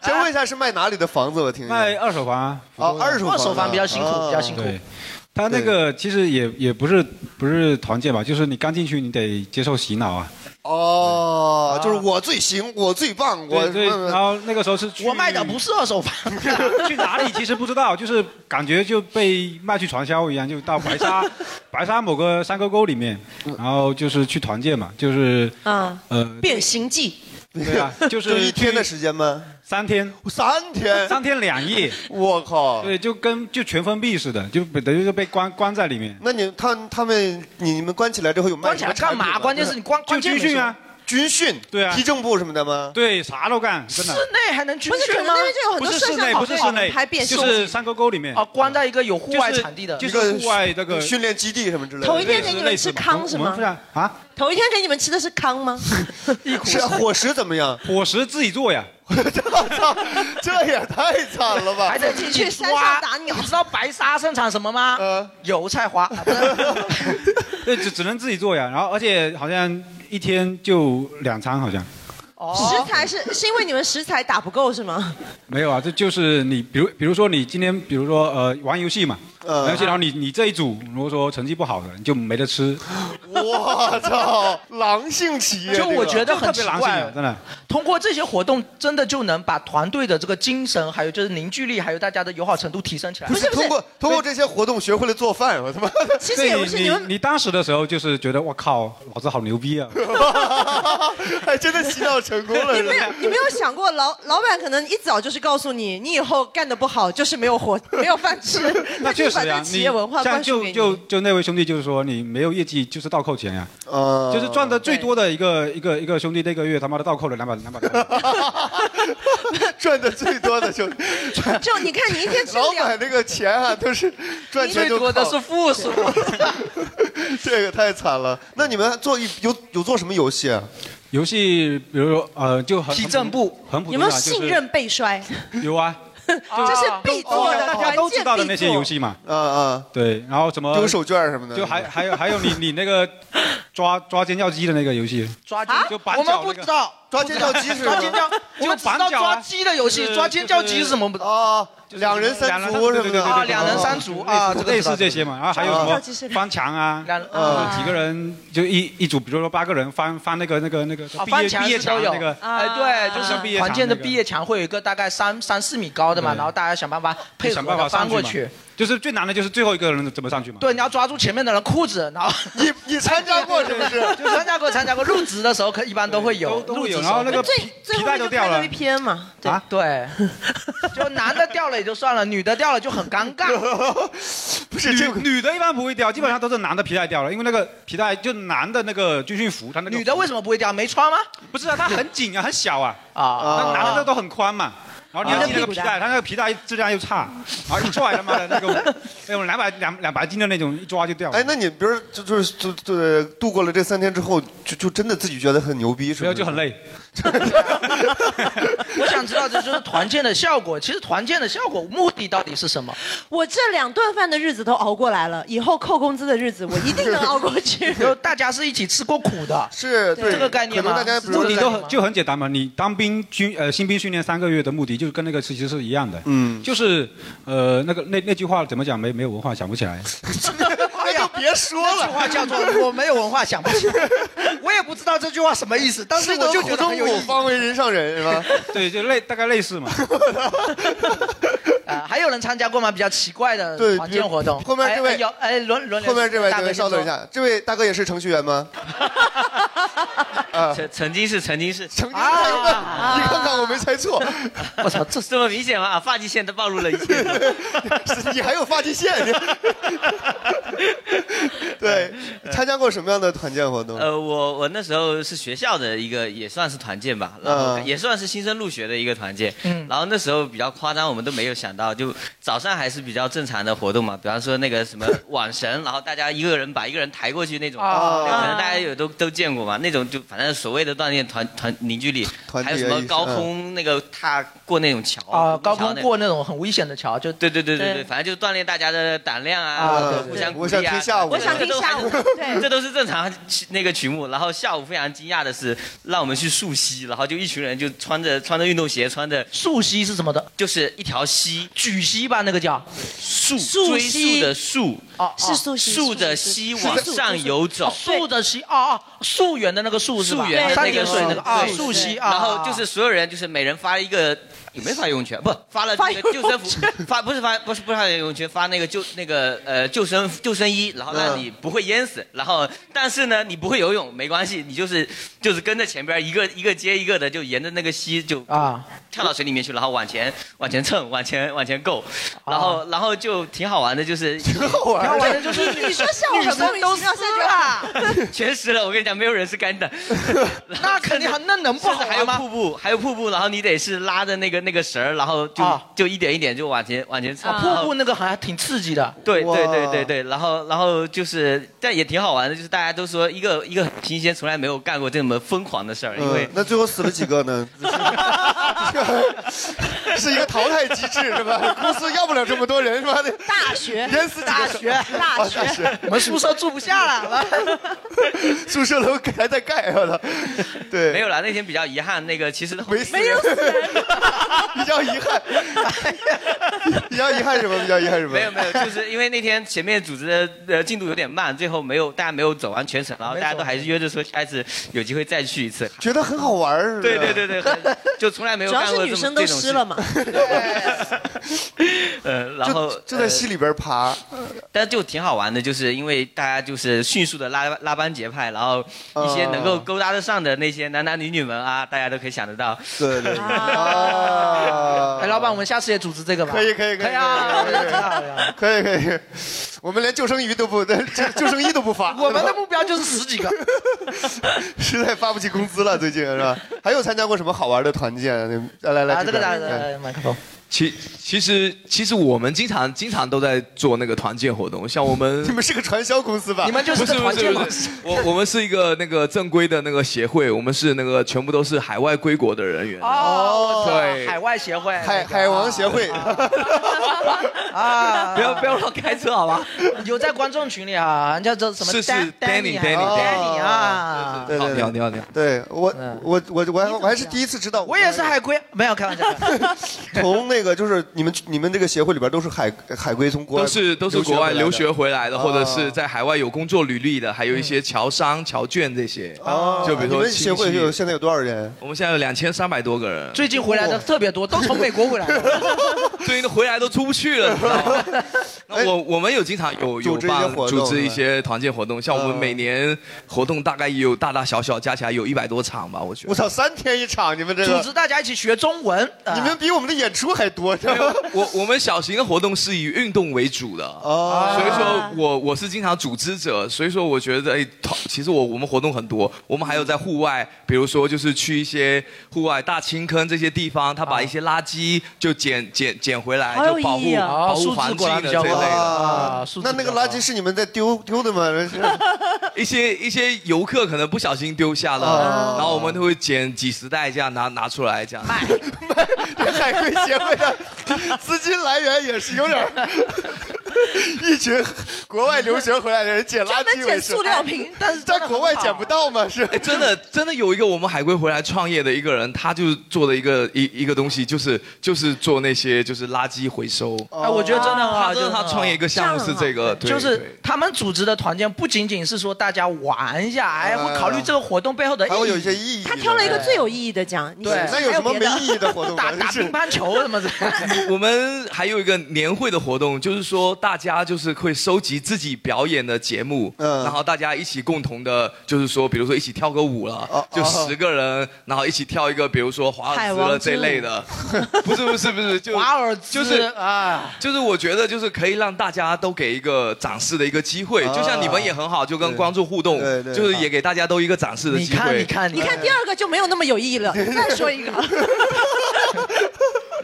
先问一下是卖哪里的房子？我听一下
卖二手房啊，
哦，二手
二手
房
房比较辛苦
啊
比较辛苦
对，他那个其实也也不是不是团建吧，就是你刚进去你得接受洗脑啊。
哦，就是我最行，我最棒，我
对对，
嗯
然后那个时候是
我卖的不是二手房，
去哪里其实不知道，就是感觉就被卖去传销一样，就到白沙白沙某个山沟沟里面，然后就是去团建嘛，就是
嗯，
呃
变形记。
对啊，就是
就一天的时间吗？
三天，
三天，
三天两夜，
我 靠！
对，就跟就全封闭似的，就等于是被关关在里面。
那你他他们你们关起来之后有卖
关
什
起
么
来
产品吗
干嘛关键是你关
就
关键
军
没
训啊
说，
军训
对啊
批政部什么的吗？
对，啥都干，真的。
内还能军
不是可
训
能
吗
那边就有很
不
多
是
摄
室
像
内，
头
不是室
在
内
拍变，形
就
记。
是山沟沟里面。
哦，关在一个有户外场地的，
就是户外那个
训练基地什么之类
头一天给你们吃糠是吗？
啊，
头一天给你们吃的是糠吗？
是啊伙食怎么样？
伙食自己做呀。
我操， 这也太 惨了吧！
还得自己去挖。你知道白沙盛产什么吗？
呃
油菜花。啊不是
对，只只能自己做呀。然后，而且好像一天就两餐，好像
食材是是因为你们食材打不够是吗？
没有啊。这就是你，比如比如说你今天，比如说呃玩游戏嘛，玩游戏，然后你你这一组如果说成绩不好的，你就没得吃，
我操，狼性企业，
就我觉得
就特
很奇
别狼性
怪
啊，，真的。
通过这些活动，真的就能把团队的这个精神，还有就是凝聚力，还有大家的友好程度提升起来。
不是通过通过这些活动学会了做饭，我他妈的。
对你你你当时的时候就是觉得我靠，老子好牛逼啊！
还哎真的洗脑成功了。
你没有，你没有想过老老板可能一早就是告诉你，你以后干的不好就是没有活， 没有饭 吃。
那
就
确
是
实
啊
把这
呀、
个企
你
业文化
像
灌输
就
给你。
就就那位兄弟就是说，你没有业绩就是倒扣钱呀、
呃
就是赚的最多的一个一个一个兄弟，那个月他妈的倒扣了两百两百多。
赚的最多的就
就你看，你一天 吃
老
两
板那个钱啊，都 是赚钱就靠
负数。
这个太惨了。那你们做一有有做什么游戏啊？
游戏比如说呃，就很
批正
部很普
有
通
没
啊，
有
就是
信任被 摔？
有啊，
这是必做
哦
的，
大家
团
都
建
知道的
必
那些
做
游戏嘛。
啊啊，
对，然后什么
丢手绢什么的
就还还有还有你你那个抓抓尖叫鸡的那个游戏，
抓鸡，
就板
啊我们
脚
不
那个
知道，
抓尖叫鸡是什么
抓尖叫，我们只知道抓鸡的游戏，抓尖叫鸡是什么？不
啊？两人三足什么的
啊，两人三足啊，这个
类
知道
似这些嘛。然后还有什
抓
么
鸡是
翻墙啊，
啊
就是几个人就一一组，比如说八个人翻翻那个那个那个
啊，
毕
翻
业
墙
毕业
是
墙
都有
那个，啊
哎，对，就是
毕业
团
墙
建的
那个
毕业墙会有一个大概三三四米高的嘛，
对
然后大家想办法
哎
配
哎想
合
办
的
法
翻
上
过
嘛
去。。
就是最难的就是最后一个人怎么上去嘛。
对，你要抓住前面的人裤子，然后
你你参加过是不是？
就参加过，参加过。入职的时候可一般都会有，
都
入
会有
职
然后那个
最
最后面就看到一篇嘛，对，
啊，对，就男的掉了也就算了，女的掉了就很尴尬。
不是女女的一般不会掉，基本上都是男的皮带掉了，因为那个皮带就男的那个军训服，他那个女
的为什么不会掉？没穿吗？
不是啊，它很紧啊，很小啊，
啊
那男的那都很宽嘛。然后你要系那个皮带，他那个皮带质量又差，然后一拽他妈的 那个那种两百两两百斤的那种，一抓就掉了。
哎，那你比如就就是就就度过了这三天之后，就就真的自己觉得很牛逼，是不是？就很
累。
我想知道这就是团建的效果。其实团建的效果目的到底是什么？
我这两顿饭的日子都熬过来了，以后扣工资的日子我一定能熬过去。
就大家是一起吃过苦的，
是
哎这个概念吗？是这个
目的
概
都
念
很
吗
就很简单嘛。你当兵军呃新兵训练三个月的目的，就是跟那个其实是一样的。嗯，就是呃那个那那句话怎么讲？没没有文化，想不起来。
哎呀，
别说
了，这句话叫做 “我没有文化，想不起来”，我也不知道这句话什么意思，但是我就觉得很有意义。
方为人上人 是吧？
对，就类大概 类似嘛。
啊，还有人参加过吗？比较奇怪的
对
团建活动。
后面这位
哎哎有哎轮轮流
后面这位，
大
这
哥
位
先
稍等一
说
下，这位大哥也是程序员吗？
曾曾经是曾经是曾经
啊，你看 看我没猜错，
我操，这
这么明显吗？啊，发际线都暴露了一 切。
你还有发际线。对，参加过什么样的团建活动？
呃，我我那时候是学校的一个，也算是团建吧，然后
嗯
也算是新生入学的一个团建。
嗯
然后那时候比较夸张，我们都没有想到，就早上还是比较正常的活动嘛，比方说那个什么网神，然后大家一个人把一个人抬过去那种，
啊
那个可能大家有都都见过嘛，那种就反正所谓的锻炼团团凝聚力，还有
嗯
什么高空那个踏过那种桥
啊，高
桥
空
哦那
过那种很危险的桥，就
对对对对对，，反正就锻炼大家的胆量
啊对
啊，
对
互相
对
鼓励啊。
我想听下午，对，
这都是正常那个曲目。然后下午非常惊讶的是，让我们去溯溪，然后就一群人就穿着穿着运动鞋，穿着
溯溪是什么的？
就是一条溪，
举溪吧，那个叫
溯
溯
追
溪
溯的溯，
哦，
是溯溪
溯着溪往上游走。
溯着溪哦哦，溯源的那个溯是吧？
溯源的
三
那
点
个
水那个啊，
对
溯溪啊。
然后就是所有人就是每人发一个。也没发游泳圈，不发了那个救生服，发不是发不是不是发游泳圈，发那个救那个呃救生救生衣，然后
嗯
让你不会淹死，然后但是呢你不会游泳没关系，你就是就是跟着前边一个一个接一个的就沿着那个溪就
啊
跳到水里面去，然后往前往前蹭，往前往前够，然后然后就挺好玩的，就是挺好
玩啊的挺好玩的就是
你说像我很莫名其妙，现在就啊，
全湿了，我跟你讲，没有人是干的。
那肯定，那能啊
不好还有瀑布，还有瀑布，然后你得是拉着那个那个绳儿，然后就、就一点一点就往前往前蹭。
啊，
然
瀑
后
布那个好像挺刺激的。
对对对对对，然后然后就是，但也挺好玩的，就是大家都说一个一个很新鲜，从来没有干过这么疯狂的事儿，因为
嗯，那最后死了几个呢？ 是一个淘汰机制是吧？公司要不了这么多人是吧？
大学
淹死几个手
大学
啊大学
我们宿舍住不下了好吧。
宿舍楼还在盖，我操！对，
没有啦，那天比较遗憾，那个其实
没没有死人， 比较遗憾， 比较遗憾什么？比较遗憾什么？
没有没有，就是因为那天前面组织的呃进度有点慢，最后没有大家没有走完全程，然后大家都还是约着说下一次有机会再去一次。
觉得很好玩儿，
对对对对，很就从来没有
主要
干
是
过这么
女生都
这种事
湿了 嘛
呃，然后
就在溪里边爬，
但就挺好玩的，就是因为大家就是迅速的拉拉帮结派，然后一些能够
嗯
勾搭得上的那些男男女女们啊，大家都可以想得到。
对对
啊
啊
哎，老板，我们下次也组织这个吧。
可以可以可以
可以啊，
可以可以可以可以，我们连救生鱼都不， 救救生衣都不发。
我们的目标就是十几个。
实在发不起工资了，最近是吧？还有参加过什么好玩的团建？来来来，
啊，这个
边
来
哎
来来，麦克风。
其其实其实我们经常经常都在做那个团建活动，像我们
你 们是个传销公司吧？
你们就是
不
个团建公司我我们是一个那个正规的那个协会，我们是那个全部都是海外归国的人员。
哦，
对
海外协会，
海海王协会
啊，
不要不要乱开车好吧？
有在观众群里啊，人家这什么
是是
Dan- Danny
Danny-
啊
Danny-
Danny 啊，
对对
你好你好你好，
对我
嗯
我我我还我还是第一次知道，
我也是海归，没有开玩笑。
从那个就是你们你们这个协会里边都是海海归从国外
都是都是国外留学回来的，或者是
哦
在海外有工作履历的，还有一些侨商、侨眷这些。
哦
就比如
你
说
们协会
亲戚
有现在有多少人？
我们现在有两千三百多个人，
最近回来的特别多，都从美国回来的。
最近都回来都出不去了，你知道吗？ 那我我们有经常有有
组织一些
帮
活动啊嗯
组织一些团建活动，像我们每年活动大概也有大大小小加起来有一百多场吧，我觉
我
得。
操，三天一场，你们这个
组织大家一起学中文，
你们比我们的演出还多，知道吗？
我我们小型的活动是以运动为主的，
哦
所以
啊
说我我是经常组织者，所以说我觉得哎，团其实我我们活动很多，我们还有在户外，比如说就是去一些户外大青坑这些地方，他把一些垃圾就捡捡捡回来，
好有
就保
意
护
义啊
保护
素质
环
果
境
然
的
比
这
较
一类
高
的。
啊，那那个垃圾是你们在丢丢的吗？
一些一些游客可能不小心丢下了，
哦
然后我们都会捡几十袋这样拿拿出来这样。
海归协会 的资金来源也是有点 儿一群国外留学回来的人捡垃圾为生，
但是
在国外捡不到吗？是
哎，真的真的有一个我们海归回来创业的一个人，他就是做的一个一一个东西，就是就是做那些就是垃圾回收。
哎，我觉得真的很好，
哦他真的他创业一个项目是这个，对
就是他们组织的团建不仅仅是说大家玩一下，哎，会考虑这个活动背后的意义，
还会有一些意义
他挑了一个最有意义的讲，你
对
是不是
那有
还
什么
别的
没意义的活动吗
打
打乒乓球什么的。
我们还有一个年会的活动，就是说大家就是会收集自己表演的节目，
嗯
然后大家一起共同的，就是说，比如说一起跳个舞
哦
了，就十个人，然后一起跳一个，比如说华尔兹了这 类的，不是不是不是，就
华尔兹
就是
啊，
就是我觉得就是可以让大家都给一个展示的一个机会，
啊
就像你们也很好，就跟观众互动，就是也给大家都一个展示的机会。
你看第二个就没有那么有意义了。再说 一个，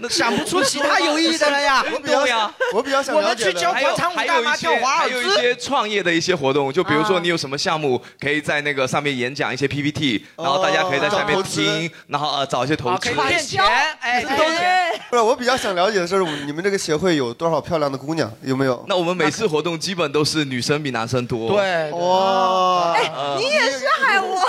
想不出其他有意义的 了呀
我比较
对呀
我比较想
我们
了解
去
的
教
还
广
有
场舞
还有
大
一
妈
些
跳华尔
还
兹，
有一些创业的一些活动，就比如说
啊
你有什么项目，可以在那个上面演讲一些 PPT，然后大家可以在下
找投
面
资
听，然后呃找一些投资。
哎，
不是，我比较想了解的是，你们这个协会有多少漂亮的姑娘？有没有？
那我们每次活动基本都是女生比男生多。
对
哇，
呃
你也是海王。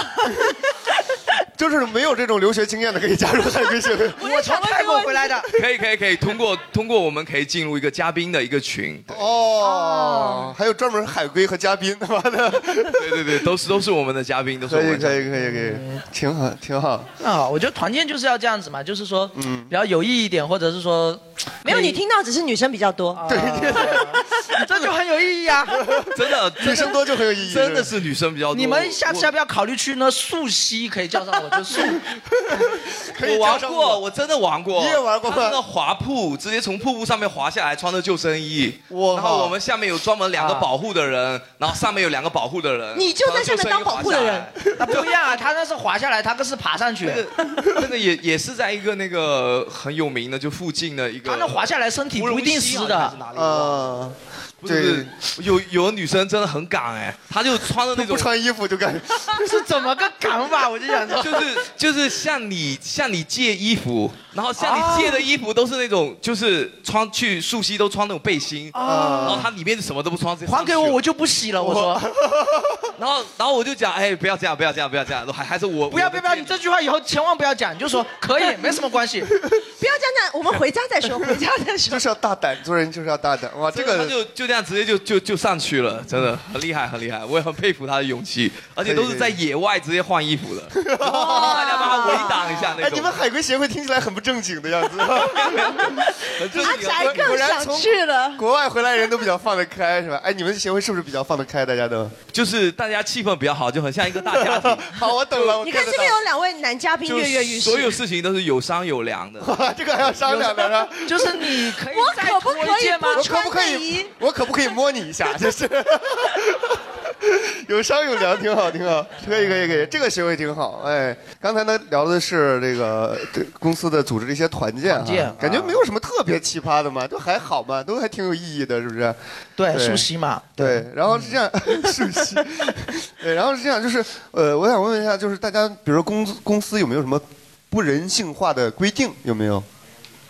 就是没有这种留学经验的可以加入海归协会。
我从泰国回来的，
可以可以可以，通过通过我们可以进入一个嘉宾的一个群。
哦，还有专门海归和嘉宾，他妈的，
对对对，都是都是我们的嗯嘉宾，都是我
可以
们的嘉
可
宾。
以可以可以，挺好挺好。
啊，我觉得团建就是要这样子嘛，就是说，嗯，比较有意义一点，或者是说，
没有，你听到只是女生比较多。
对， 这就很有意义啊。
真的，
女生多就很有意义。
真的是女生比较多。
你们下次要不要考虑去那溯溪？可以叫上我，就溯。
我玩过，我真的玩过。
你也玩过吗
他那个滑瀑，直接从瀑布上面滑下来，穿着救生衣。
哇
然后我们下面有专门两个保护的人，然后上面有两个保护的人。
你就在下面当保护的人
穿着救生衣
啊，
滑下来。
不一样啊，他那是滑下来，他那是爬上去。
那个也也是在一个那个很有名的，就附近的一个。呃
他那滑下来身体不一定
啊
湿的。
嗯，
不是不是，有有的女生真的很敢哎，她就穿着那
不
种
穿衣服就敢。
是怎么个敢法？我就想说，
就是 就是向你向你借衣服，然后向
啊
你借的衣服都是那种，就是穿去溯溪都穿那种背心，
啊
然后它里面什么都不穿，直接
还给我，我就不洗了。我说，
然后然后我就讲，哎，不要这样，不要这样，不要这样，还还是我
不要不要不要，你这句话以后千万不要讲，你就说可以，没什么关系。
不要这样，那我们回家再说， 回家 再说。
就是要大胆，做人就是要大胆。哇，这
这个他
个
就就这样直接就就就上去了，真的很厉害很厉害，我也很佩服他的勇气，而且都是在野外直接换衣服的，
哦
大家帮他围挡一下那
哎，
种。
你们海归协会听起来很不正经 的样子。
阿宅更想去了。
国外回来人都比较放得开，是吧？哎，你们协会是不是比较放得开？大 家都
就是大家气氛比较好，就很像一个大 家庭。
好，我懂了。 我
你看这边有两位男嘉宾
就
跃跃欲试，
所有 事情都是有商有量的。
这个还要商量的是吧？
就是你可以
我可不可以
我
不
可不
穿
可
内衣
以？我可不可以摸你一下？就是。有商有量，挺好，挺好，可以，可以，可以，这个学会挺好。哎，刚才呢聊的是这个这公司的组织的一些团建、啊，
团建啊
感觉没有什么特别奇葩的嘛，都还好嘛，都还挺有意义的，是不是？
对熟悉嘛。嗯
对，然后是这样， 熟悉。对，然后是这样，就是呃，我想问一下，就是大家，比如说公公司有没有什么不人性化的规定？有没有？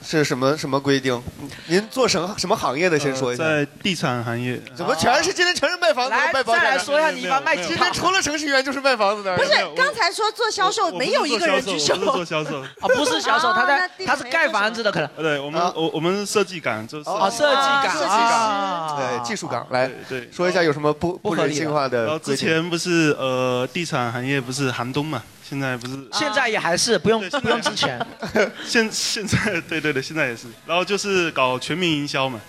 是什么什么规定？您做什么什么行业的？先说一下。
在地产行业，
怎么全是今天全是卖房子的、卖房子的？
再来说一下你一般卖几
今天除了程序员就是卖房子的。
不是，刚才说做销售没有一个人举手。
我不是做销售，
啊， 不是销售，他在他是盖房子的，可能。
对我们我我们设计岗就是
哦，设计岗，
设计岗，对技术岗，来
对
说一下有什么不不人性化的
然后之
规定
前不是呃地产行业不是寒冬嘛，现在不是
现在也还是不用不用之前，
现现在对对对，现在也是。然后就是搞全民营销嘛，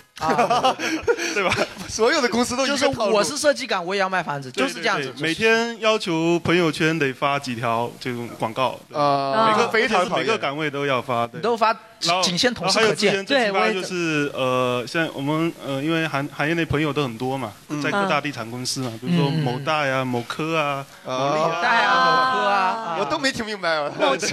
对吧？
所有的公司都
就是我是设计岗，我也要卖房子，就是这样子
对。每天要求朋友圈得发几条这种广告对
啊
呃
每
这
个
个非常
而且是
讨
每
厌
个岗位都要发，对
你。都发
然后
仅限同事
然后还
可
有之前
见。
最奇葩就是呃，像我们呃，因为行行业内朋友都很多嘛，
嗯
在各大地产公司嘛，比如说
嗯
某大呀、某科啊、
哦
某力
啊
啊、
带
啊，某科啊，
我都没听明白啊。
对对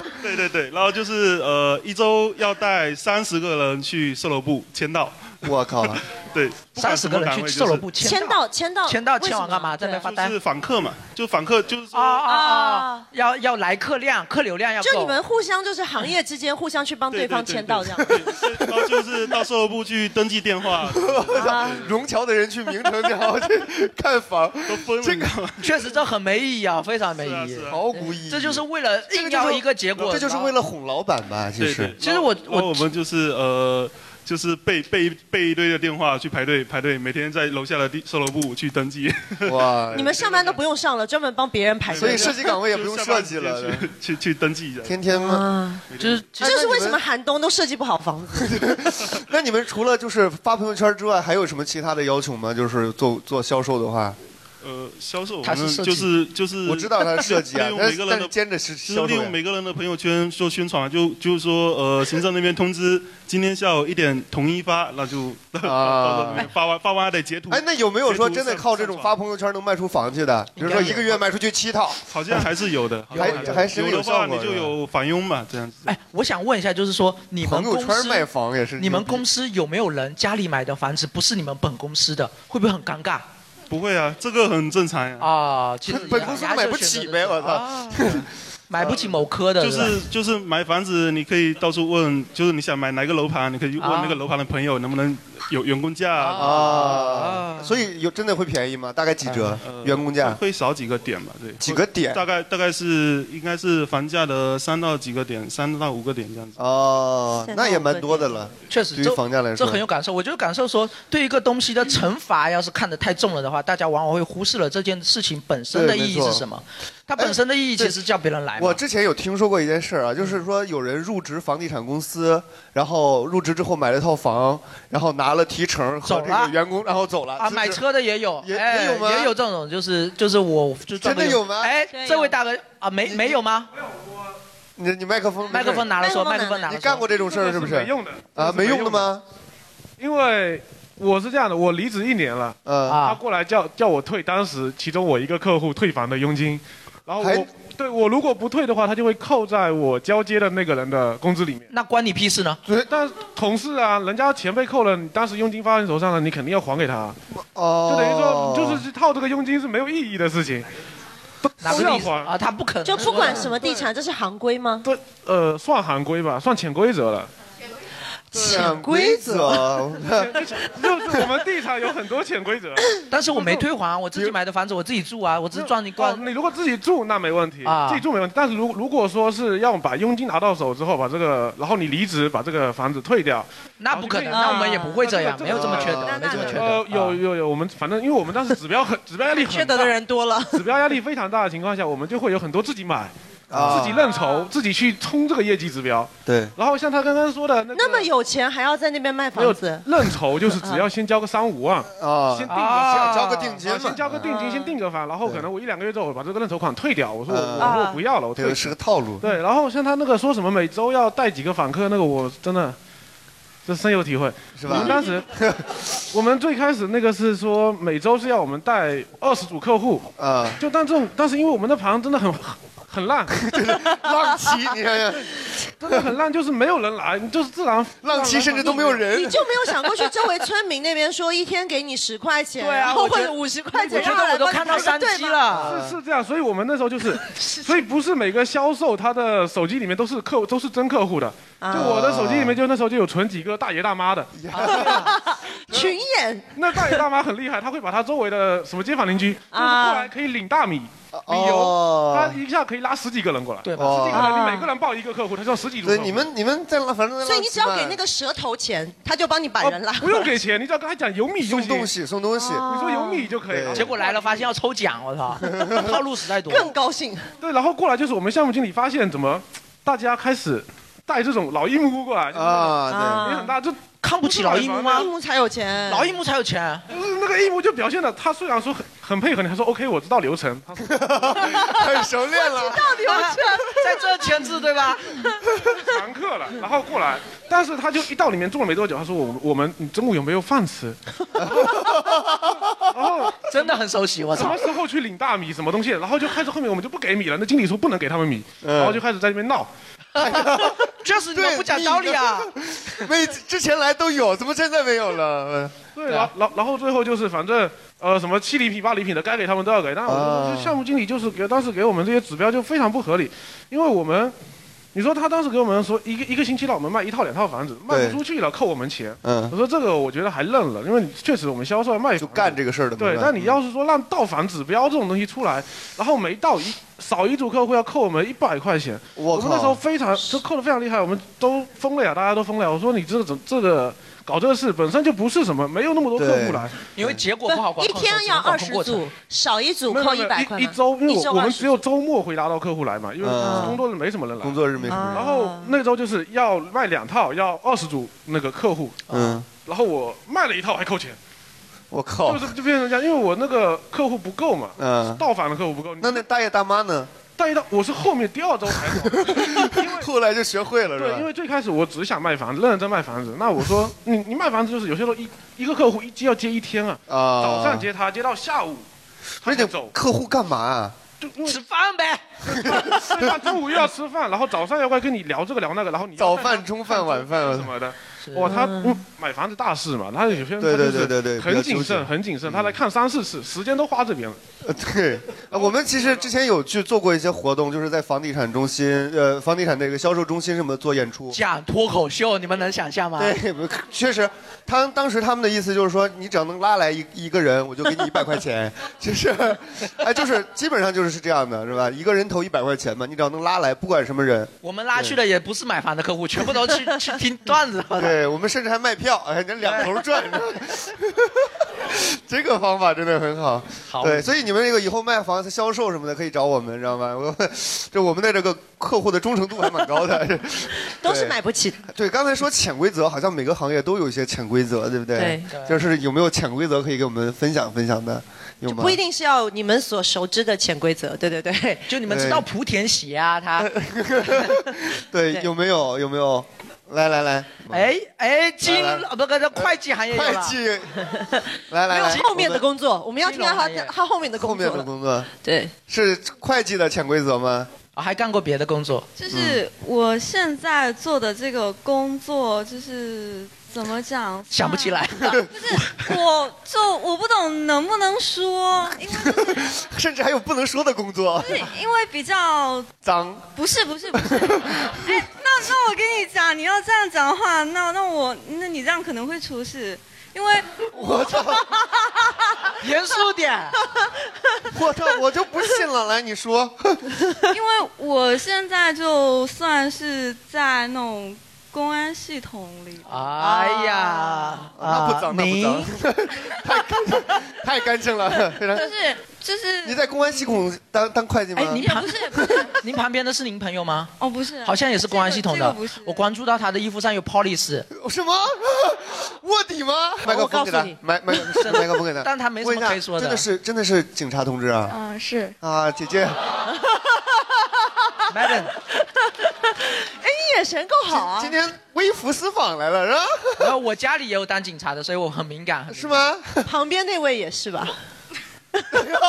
对对对，然后就是呃，一周要带三十个人去售楼部签到。
我靠！
对，
30个人去售楼部签
签到签到
签到
为什
签完
么
干嘛？在那边发单
就。是访客嘛，就访客就是说
啊啊啊！要要来客量、客流量要够。
就你们互相就是行业之间互相去帮对方签到这样。
然后就是到售楼部去登记电话。
融侨的人去明城然后去看房，
都疯了。
这个
确实这很没意义啊，非常没意义，
毫无意义。
这就是为了硬要一个结果，
这就是
你知道吗
为了哄老板吧？其
对
实
对，，实我我我们就是呃，就是背背背一堆的电话去排队排队，每天在楼下的地售楼部去登记。
哇
你们上班都不用上了，专门帮别人排队。
所以设计岗位也不用设计了，
去去去登记一下。
天天
啊
吗？
就是
这是为什么寒冬都设计不好房子？
那你们除了就是发朋友圈之外，还有什么其他的要求吗？就是做做销售的话，
呃，销售我
他是
们
设计
就是就是，
我知道他是设计啊
利用
但
每个
但
人的
兼着是销
就
售
是利
呀
用每个人的朋友圈做宣传，就就是说呃，行政那边通知今天下午一点统一发，那就 到时候那边发完发完还得截图。
啊哎，那有没有说真的
截图上
靠这种发朋友圈能卖出房去的？比如说一个月卖出去七套，
好像还是有的，好像
还还真
有的
效
话
果
你
的
就有返佣嘛，这样子。
哎，我想问一下，就是说你们
朋友
公
圈
司
卖房也是
你们公司有没有人家里买的房子不是你们本公司的，会不会很尴尬？
不会啊，这个很正常呀。
啊，其实
本公司买不起呗，我操！
买不起某科的，
呃就是是
吧
就是买房子，你可以到处问，就是你想买哪个楼盘，你可以去问
啊
那个楼盘的朋友能不能有员工价
哦
啊。所以有真的会便宜吗？大概几折？员工价？
呃会少几个点吧？对，
几个点
大概大概是应该是房价的三到几个点，三到五个点这样子。
哦那也蛮多的了。
确实
对于
这
房价来说，
这很有感受。我就感受说，对一个东西的惩罚要是看得太重了的话，大家往往会忽视了这件事情本身的
对没
意义
错
是什么。它本身的意义其实叫别人来嘛。
我之前有听说过一件事儿啊，
嗯
就是说有人入职房地产公司，然后入职之后买了套房，然后拿了提成和这个员工，然后走了
啊，买车的也有，也
也有吗
也有这种，就是就是我就专门
真的有吗
哎，这位大哥啊，没没有吗？
你你麦克风
麦克风拿了说，麦克风拿了
你
说。
干过这种事儿是不
没用的
啊，没用的吗？
因为我是这样的，我离职一年了，
嗯
啊
他过来叫叫我退，当时其中我一个客户退房的佣金，然后我对我如果不退的话，他就会扣在我交接的那个人的工资里面。
那关你屁事呢？
但是同事啊，人家钱被扣了，你当时佣金发在手上了，你肯定要还给他，
哦
就等于说就是去套这个佣金是没有意义的事情。都
哪
都
个
要
例子
还
啊？他不可能
就不管什么地产，这是行规吗？
对，呃，算行规吧，算潜规则了。
潜规则，
就是我们地产有很多潜规则。
但是我没退还，我自己买的房子我自己住啊，我只是赚你
哦
关，。
你如果自己住那没问题，
啊
自己住没问题。但是如如果说是要把佣金拿到手之后，把这个，然后你离职把这个房子退掉，
那不可
哦
能，那我们也不会这样，没有这么缺德，没这么缺德啊
呃，。有有有，我们反正因为我们当时指标很指标压 力很
缺德的人多了，
指标压力非常大的情况下，我们就会有很多自己买。
啊
自己认筹，自己去冲这个业绩指标。
对，
然后像他刚刚说的，那
那么有钱还要在那边卖
没有
房子？
认筹，就是只要先交个三五万
啊
先定个
啊
房
交个定金
啊
嘛
先交个定金，先定个房，然后可能我一两个月之后我把这个认筹款退掉，我说我
嗯
我说我不要了，我
这
退
个是个套路。
对，然后像他那个说什么每周要带几个访客，那个我真的这深有体会，
是吧
我们 当时，我们最开始那个是说每周是要我们带二十组客户，
啊，
就但这种，但是因为我们的盘真的很很 烂，
浪七，你 看看，
真的很烂，就是没有人来，你就是自然
浪七甚至都没有人
你就没有想过去周围村民那边说一天给你十块钱，
对啊
然后
我觉
或
得
者五十块钱，
我觉得
让他来
我都
帮你
看 到
排个
山
队
鸡
吗
是是这样，所以我们那时候 就是，所以不是每个销售他的手机里面都是客都是真客户的，就
啊
我的手机里面就那时候就有存几个大爷大 妈的，
啊群演。
那大爷大妈很厉害，他会把他周围的什么街坊邻居就是
啊
过来可以领大米。米油，
哦
他一下可以拉十几个人过来，对
吧
十几个
哦
人，你每个人报一个客户，他就要十几组客户。
对，你们你们在浪，反正在
所以你只要给那
个
个蛇头钱，他就帮你把
哦
人拉。
不用给钱，你只要跟他讲有米就行。送东
西，送东西，
哦
你说有米就可以了。
结果来了，发现要抽奖，我操，套路实在多。
更高兴。
对，然后过来就是我们项目经理发现怎么大家开始带这种老义乌过来
啊
对
也很大，就
看不起老义乌吗
一亩才有钱，
老一木才有钱，
啊就是那个义乌就表现的，他虽然说很很配合你，他说 OK，我知道流程，他说
很熟 练了，
到底有钱， 在这圈子对吧？
常客了，然后过来，但是他就一到里面坐了没多久，他说我我们你中午有没有饭吃？ 哦，
真的很熟悉，我
什
操
么！时候去领大米什么东西？然后就开始后面我们就不给米了，那经理说不能给他们米，
嗯
然后就开始在那边闹。
哎
确实你都不讲道理啊！
没之前来都有，怎么现在没有了？啊
对，
啊
然后然后然后最后就是反正呃什么七礼品八礼品的该给他们都要给，但我
啊
们项目经理就是给当时给我们这些指标就非常不合理，因为我们。你说他当时给我们说一个一个星期让我们卖一套两套房子，卖
对
不出去了扣我们钱。
嗯
我说这个我觉得还认了，因为确实我们销售要卖就
干这个事儿的嘛
对
是，吧
但你要是说让到房指标这种东西出来，然后没到一少一组客户要扣我们一百块钱，
我
我们那时
靠
候非常就扣的非常厉害，我们都疯了呀，大家都疯了呀。我说你这个怎这个搞这个事本身就不是什么，没有那么多客户来，
因为结果不好管
一
控，
天要二十组，少一组
没有
扣
没有
百块
一
吗
一周，因为
一
我我们
20
只有周末会拉到客户来嘛，因为
嗯
工作日没什么人来，
工作日没什么人
然后那周就是要卖两套，要二十组那个客户，
嗯，
然后我卖了一套还扣钱，
我靠
就，是就变成这样，因为我那个客户不够嘛，
嗯
到访的客户不够，
那那大爷大妈呢？
大爷大，我是后面第二周才
后来就学会了是吧？
对，因为最开始我只想卖房子，认认真卖房子。那我 说，你你卖房子就是有些时候一一个客户一接要接一天啊，
啊
早上接他，接到下午，他就走。
客户干嘛啊？
吃饭 呗。
他中午又要吃饭，然后早上又要跟你聊这个聊那个，然后你
早饭、中饭、晚饭啊
什么的。哇，他嗯买房子大事嘛，他有些人
对对
他就是
对对对比较
很谨
纠结嗯
慎，很谨慎，他来看三四次，时间都花这边了。
呃，对，呃我们其实之前有去做过一些活动，就是在房地产中心，呃，房地产这个销售中心什么做演出。
讲脱口秀，你们能想象吗？
对，不确实，他当时他们的意思就是说，你只要能拉来一一个人，我就给你一百块钱， 就是，哎，就是基本上就是是这样的，是吧？一个人投一百块钱嘛，你只要能拉来，不管什么人。
我们拉去的也不是买房的客户，全部都去去 听段子。我操
对我们甚至还卖票，哎，这两头 赚，这个方法真的很好。
好
对， 所以你们这个以后卖房子、销售什么的，可以找我们，知道吗？我这我们的这个客户的忠诚度还蛮 高的，
都是
对
买不起的。
对，刚才说潜规则，好像每个行业都有一些潜规则，对不对？
对
就是有没有潜规则可以给我们分享分享的？有吗？
不一。定是要你们所熟知的潜规则，对对对，
就你们知道莆田鞋啊， 他，
对，
对
有没有？有没有？来来来，
哎哎，金
来来
呃不，这会计行业有
会
了
计，来来
没有
来，
后面的
哎我们
工作，我们要听到他他后面的
后
工
面
作
的
了。
工作，
对，
是会计的潜规则吗？
啊还干过别的工作，
嗯
就是我现在做的这个工作，就是怎么讲？
想不起来。
我就我不懂能不能说，因为
甚至还有不能说的工作，
因为比较
脏。
不是不是不是，哎，那那我跟你讲，你要这样讲的话，那那我那你这样可能会出事，因为
我 操，
严肃点。
我操，我就不信了，来你说。
因为我现在就算是在那种公安系统里，
哎呀，
啊
啊
那不脏，那不脏， 太干净，太干净了，非常
就。是就是
你在公安系统当当会计吗？
哎，您旁您旁边的是您朋友吗？
哦，不是，
好像也是公安系统
这
的
个不是，哦
我关注到他的衣服上有 police，
什么 卧底吗？麦克风给他，麦麦麦克风给他，
但他没什么可以说的
问一下真的是真的是警察同志啊
嗯是，
啊，姐姐，
，madam，
哎
眼神够好啊！
今天微服私访来了，是吧？
然后我家里也有当警察的，所以我很敏感。很敏
是吗？
旁边那位也是 吧？
完了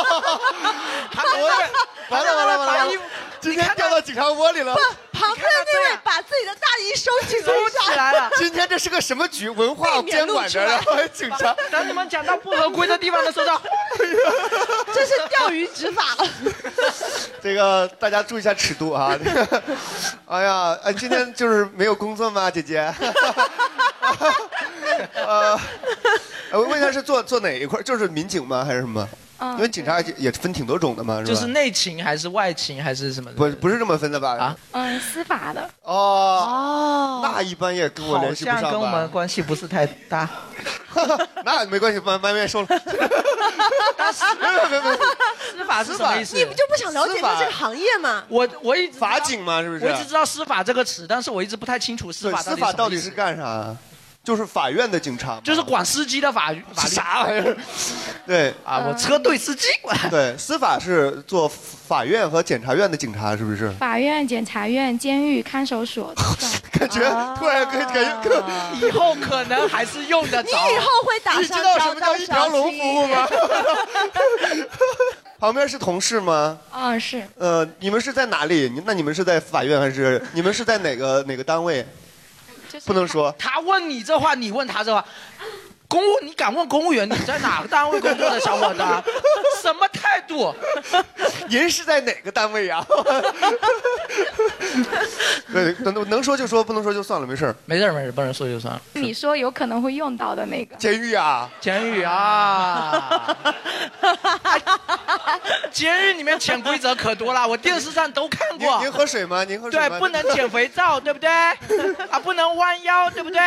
完了完
把衣
了
服！
今天掉到警察窝里 了。
旁边那位把自己的大衣收起
收
身上
今天这是个什么局？文化
被
监
免录
管
出
着，
来
然后还警 察。
等你们讲到不合规的地方的时候，
这是钓鱼执法。
这个大家注意一下尺度啊！ 这个，哎呀，哎，今天就是没有工作吗，姐姐？ 呃，呃问一下是做做哪一块儿？就是民警吗？还是什么？
嗯
因为警察也也分挺多种的嘛，是吧？
就是内勤还是外勤还是什么的？
不不是这么分的吧？啊，
嗯，司法的。
哦，那一般也跟我联系不上吧？
好像跟我们关系不是太大。
那没关系，把麦面 收了。哎没有没有没有，
司法是什么意思？
你不就不想了解一下这个行业吗？
我我一直
法警嘛，是不是？
我一直知道司法这个词，但是我一直不太清楚司
对
法
司法到底
什
是
么意思
干啥？就是法院的警察吗？
就是管司机的法律法律
啥玩意儿？对
啊，我 车队司机。
对，司法是做法院和检察院的警察，是不 是？
法院、检察院、监狱、看守所，
感觉
啊
突然跟感觉跟
以后可能还是用得着。
你以后会打
你
上
知道
交
什么叫一条龙服务吗？ 旁边是同事吗？
啊，是
呃，你们是在哪里？你那你们是在法院还是你们是在哪个哪个单位？不能说。
他问你这话，你问他这话。公务，你敢问公务员你在哪个单位工作的小伙子？什么态 度？
您是在哪个单位啊呀、对，能能说就说，不能说就算了，没事儿。
没事没事，不能说就算了。
你说有可能会用到的那个。
监狱啊，
监狱啊， 监狱里面潜规则可多了，我电视上都看过。
您喝水吗？您喝水吗
对，不能捡肥皂，对 不对？啊，不能弯腰，对不对？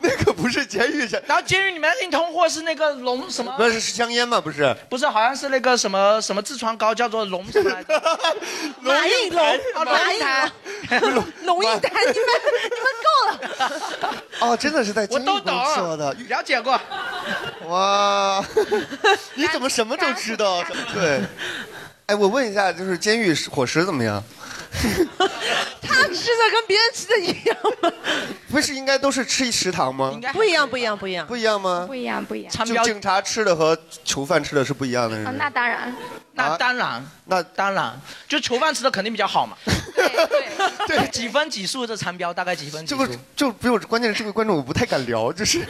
那个不是监狱是，
然后监狱里面硬通货是那个龙什么？
不是是香烟吗？不是。
不是，好像是那个什么什么痔疮膏叫做龙什么来着？
马应龙
哎
啊，
马
龙
应
应台，
龙应台，你们你们够了。
哦，真的是在监
我
狱
都懂
工作的，
了解过。
哇， 你怎么什么都知道？对，哎，我问一下，就是监狱食伙食怎么样？
他吃的跟别人吃的一样吗？
不是应该都是吃食堂吗？
不一样，不一样，不一样。
不一样吗？
不一样，不一样。
就警察吃的和囚犯吃的是不一样的，是
哦
啊，
吗
那当然。
那当然，
啊那
当然，就囚犯吃的肯定比较好嘛。对对几分几数这残标大概几分几数？
就不用，关键是这位观众我不太敢聊，就是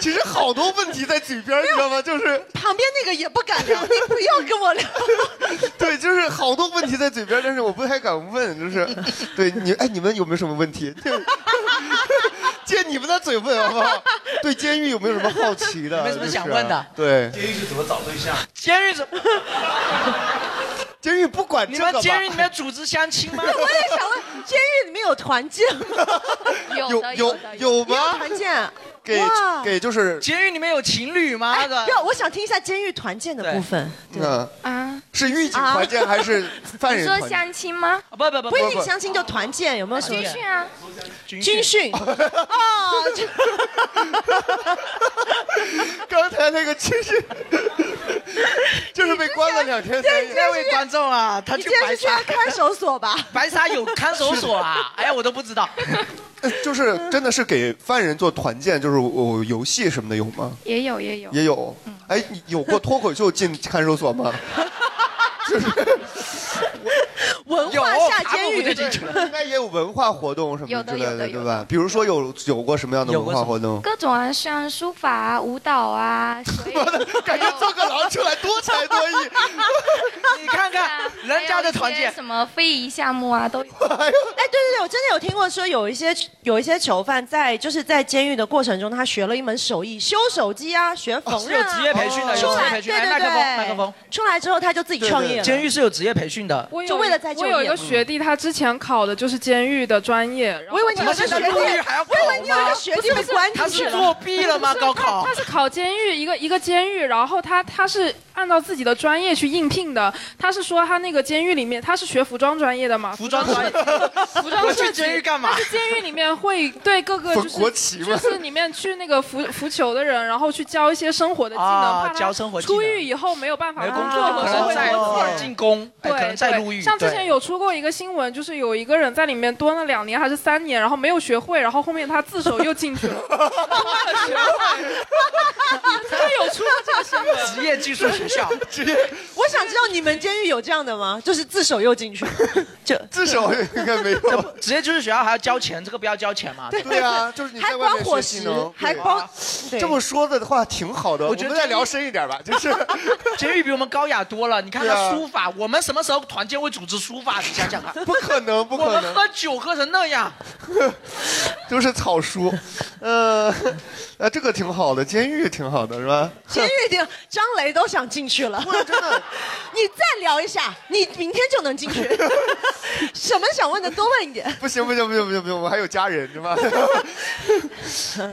其实好多问题在嘴边，你知道吗？就是
旁边那个也不敢聊，你不要跟 我聊。
对，就是好多问题在嘴边，但是我不太敢问，就是对你哎，你们有没有什么问题？就借你们的嘴问好不 好？对监狱有没有什么好奇的？
有没有什么
就是啊
想问的
对，
监狱是
怎么找对象？
监狱怎么？
监狱不管
你
这个吧
们监狱里面组织相亲吗？
我也想问，监狱里面有团建吗？
有有有吗？
团建。啊
给
哇
给就是
监狱里面有情侣吗？
哎，不要，我想听一下监狱团建的部分。
嗯，
啊，
是狱警团建还
啊
是犯人
你
团
说
建？
相亲吗？
啊不不
不一定相亲就团建，有没有什么
军训啊，
军训？哦，这
刚才那个其 实就是被关了两天三夜。
那位观众啊，他
你
去
今天
白
是去了
沙
看守所吧？
白沙有看守所啊？哎呀，我都不知道。
呃就是真的是给犯人做团建，就是我游戏什么的有吗？
也有也有。嗯
也有。哎，你有过脱口秀进看守所吗？
文
化下监狱
对应该也有文化活动什么
有的
之类
有的有
对吧？比如说有有过什么样的文化活动？
各种啊，像书法啊、舞蹈啊，
感觉做个狼出来多才多 艺。
你看看人家的团
啊还
建
有一些什么非遗项目啊，都有。
哎，对对对，我真的有听过说有一些有一些囚犯在就是在监狱的过程中，他学了一门手艺，修手机啊，学缝
哦是
纫
有
啊，
职业培训的，有
出
职业
来
培
对
训。
对对，
哎，麦克风，麦克风。
出来之后他就自己创业了。
监狱是有职业培训的。
我有
就为了再就
我
业嗯
有一个学弟，他之前考的就是监狱的专业。然后
我以为你有个学弟我以为你有个学弟被关进去了
不是不是不是他是作弊了吗？高考？他是考监狱一个一个监狱，然后他他是按照自己的专业去应聘的。他是说他那个监狱里面，他是学服装专业的嘛？服装专业， 服装
我
设
去
计
监狱干嘛
他是监狱里面会对各 个就是
缝国旗吗
就是里面去那个服服囚的人，然后去教一些生活的技能，
啊
怕他
教生活技能
出狱以后没有办法
没
工
工
作
作，
和
可
社
能
会
在
脱
二
节。
进宫，哎
对，
可能在
对
入狱。
像之
对
前有出过一个新闻，就是有一个人在里面蹲了两年还是三年，然后没有学会，然后后面他自首又进去 了。学会，
这有出过这个新闻？
职业技术学校，
职业。我想知道你们监狱有这样的吗？就是自首又进去，就
自首
应该没有。
直接就是学校还要交钱，这个不要交钱吗？
对啊，就是你在外面学技能，对这么说的话挺好的。
我觉得
们再聊
监狱
深一点吧，就是
监狱比我们高雅多了。你看
对
他
啊
书法，我们什么时候团建会组织书法？你想想看，
不可能，不可
我们
能
喝酒喝成那样，
就是草书，呃，呃，这个挺好的，监狱挺好的，是吧？
监狱里张雷都想进去了。
真的，
你再聊一下，你明天就能进 去。什么想问的多问一点。
不行不行不行不行不行，我还有家人是吧？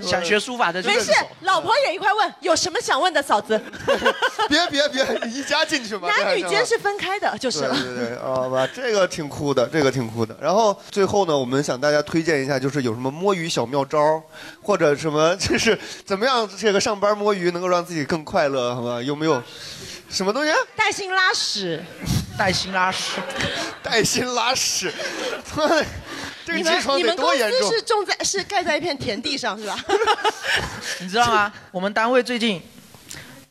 想学书法的就
没事，老婆也一块问，有什么想问的，嫂子？
别别别，一家进去吧。
男女
这还
间是分开的，就是了。
对对对，好吧，这个挺酷的，这个挺酷的。然后最后呢，我们想大家推荐一下，就是有什么摸鱼小妙招儿，或者什么， 就是怎么样这个上班摸鱼能够让自己更快乐，好吧？有没有什么东西？啊
带薪拉屎，
带薪拉屎，
带薪拉屎，这个
你
疥
们
疮
你
得
们公
多严
司
重？
是种在是盖在一片田地上是 吧？
你知道吗？我们单位最近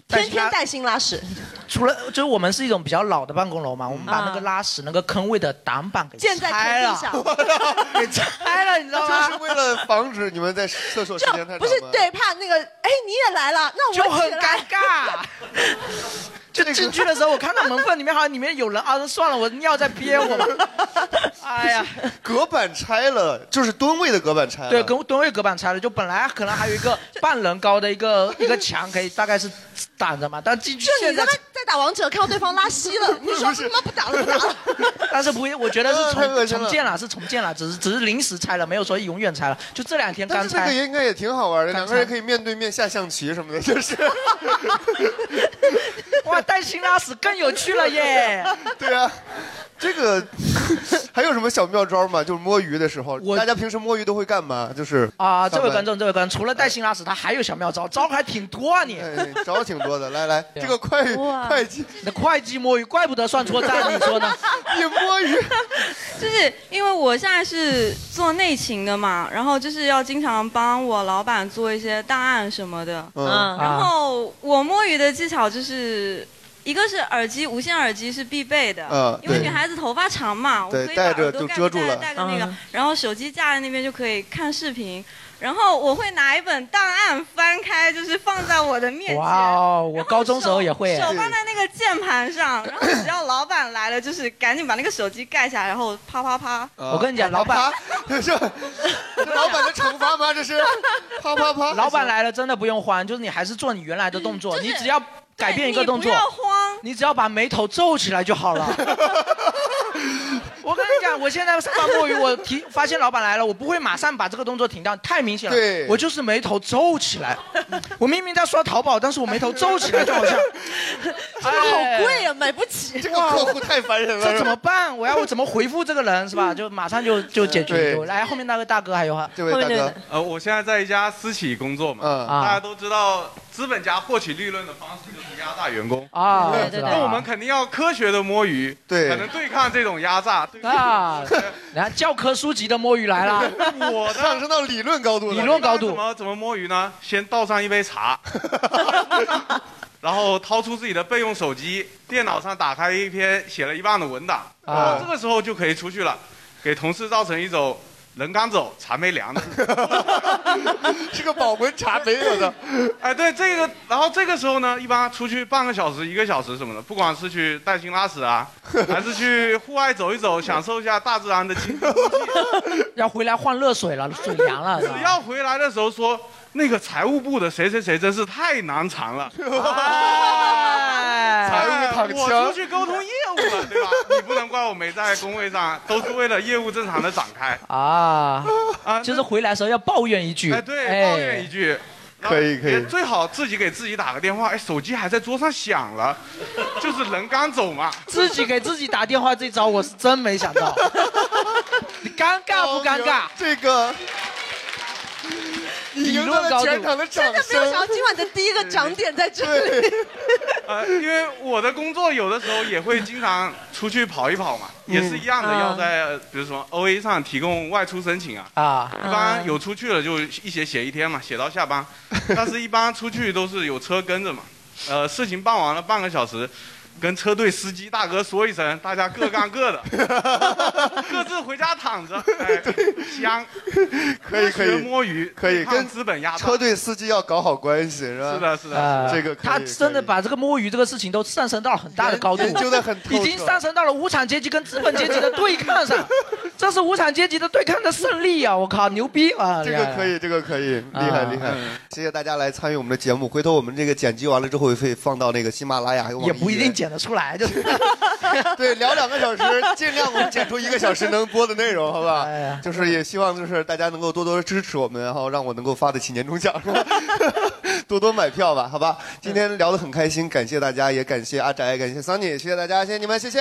天天带薪拉屎，嗯
除了就是我们是一种比较老的办公楼嘛，我们把那个拉屎那个坑位的挡板给
建在
拆
田地
了，
上，
给拆了，你知道吗？
就是为了防止你们在厕所时间太长
不是
吗
对，怕那个哎你也来了，那我
就很
起来
尴尬。就进去的时候，我看到门缝里面好像里面有人啊，算了，我尿在 憋我吧。哎呀，
隔板拆了，就是蹲位的隔板拆了。
对，跟蹲位隔板拆了，就本来可能还有一个半人高的一个一个墙，可以大概是挡着嘛，但进去
就
现
你他
在
妈，在打王者看到对方拉稀了，你说他妈不打了不打 了，
但是不会，我觉得是
太恶
重
心了
重建了，是重建了，只是只是临时拆了，没有说永远拆了，就这两天
但
刚
是这个
拆。
也应该也挺好玩的，
刚
两个
才
人可以面对面下象棋什么的， 就是。
哇，带薪拉屎更有趣了耶！
对啊，这个 还有什么小妙招吗？就是摸鱼的时候，大家平时摸鱼都会干嘛？就是
啊，这
上
位
班
观众，这位观众，除了带薪拉屎，他还有小妙招，招还挺多啊你。
哎
啊
招挺多的，来来，这个快
哇
会计，
你的会计摸鱼，怪不得算错账，你 说呢？
你摸鱼，
就是因为我现在是做内勤的嘛，然后就是要经常帮我老板做一些档案什么的。
嗯
啊
然后我摸鱼的技巧就是。一个是耳机，无线耳机是必备的，
嗯
因为
对
女孩子头发长嘛，我可
对
以把
戴着
耳朵
就
盖
遮住
戴
了
戴个那个
嗯，
然后手机架在那边就可以看视频。然后我会拿一本档案翻开，就是放在我的面前，
哇哦，我高中时候也会。
手放在那个键盘上，然后只要老板来了，就是赶紧把那个手机盖起来，然后啪啪啪。
呃
我跟你讲，老板，
这 老板的惩罚吗？这是啪啪啪。
老板来了，真的不用慌，就是你还是做你原来的动作，你只要改变一个动作，
你不要慌，
你只要把眉头皱起来就好 了。我跟你讲，我现在上班摸鱼，我提发现老板来了，我不会马上把这个动作停掉，太明显了。
对
我就是眉头皱起来。我明明在刷淘宝，但是我眉头皱起来，就好像
这个好贵啊，买不起。
哎这个客户太烦人了嗯
这怎么办？我要我怎么回复这个人是吧？就马上就就解决。
对
就哎来，后面那位大哥还有啊话，
这
呃，我
啊
现在在一家私企工作嘛，
啊
大家都知道，资本家获取利润的方式就是压榨员工
啊
对
对对
那我们肯定要科学的摸鱼，
对
才能对抗这种压榨。对
啊，然后教科书级的摸鱼 来了，
我
上升到理论高度
了
理论高度
怎么怎么摸鱼呢？先倒上一杯茶，然后掏出自己的备用手机，电脑上打开一篇写了一半的文档，
啊
然后这个时候就可以出去了，给同事造成一种人刚走茶没凉的。
是个保温茶没有的。
哎，对这个，然后这个时候呢，一般出去半个小时、一个小时什么的，不管是去带薪拉屎啊，还是去户外走一走，享受一下大自然的清新空气，
要回来换热水了，水凉 了。是吧
只要回来的时候说，那个财务部的谁谁谁真是太难缠了，
财务躺枪
我出去沟通业务了，对吧？你不能怪我没在工位上，都是为了业务正常的展开。啊
啊，就是回来的时候要抱怨一句，
哎，对，抱怨一句。
可以可以
也最好自己给自己打个电话，哎，手机还在桌上响了，就是人刚走嘛。
自己给自己打电话这招我是真没想到， 你尴尬不尴尬？
哦这个
理论高度，
的真的没有想到今晚的第一个涨点在这里。
呃，因为我的工作有的时候也会经常出去跑一跑嘛，
嗯
也是一样的，
啊
要在呃比如说 O A 上提供外出申请啊。
啊
一般有出去了就一写写一天嘛，写到 下班。但是一般出去都是有车跟着嘛，呃，事情办完了半个小时。跟车队司机大哥说一声，大家各干 各的，各自回家躺着，哎，香，
可以可以
科学摸鱼，
可以
对抗
跟
资本压倒
车队司机要搞好关系是吧？
是的是的
啊
这个可以
他
可以
真的把这个摸鱼这个事情都上升到了很大 的高度，
研究得很透彻
已经上升到了无产阶级跟资本阶级的对抗上，这是无产阶级的对抗的胜利啊！我靠，牛逼啊！
这个可以，这个可以，厉害
啊
厉害！谢谢大家来参与我们的节目。回头我们这个剪辑完了之后，会放到那个喜马拉雅还有网易
也不一定剪得出来，就是
对聊两个小时，尽量我们剪出一个小时能播的内容，好 吧？
哎
就是也希望就是大家能够多多支持我们，然后让我能够发得起年终奖，是吧 多多买票吧，好
嗯
吧？今天聊得很开心，感谢大家，也感谢阿宅，感谢桑尼，谢谢大家，谢谢你们，谢谢。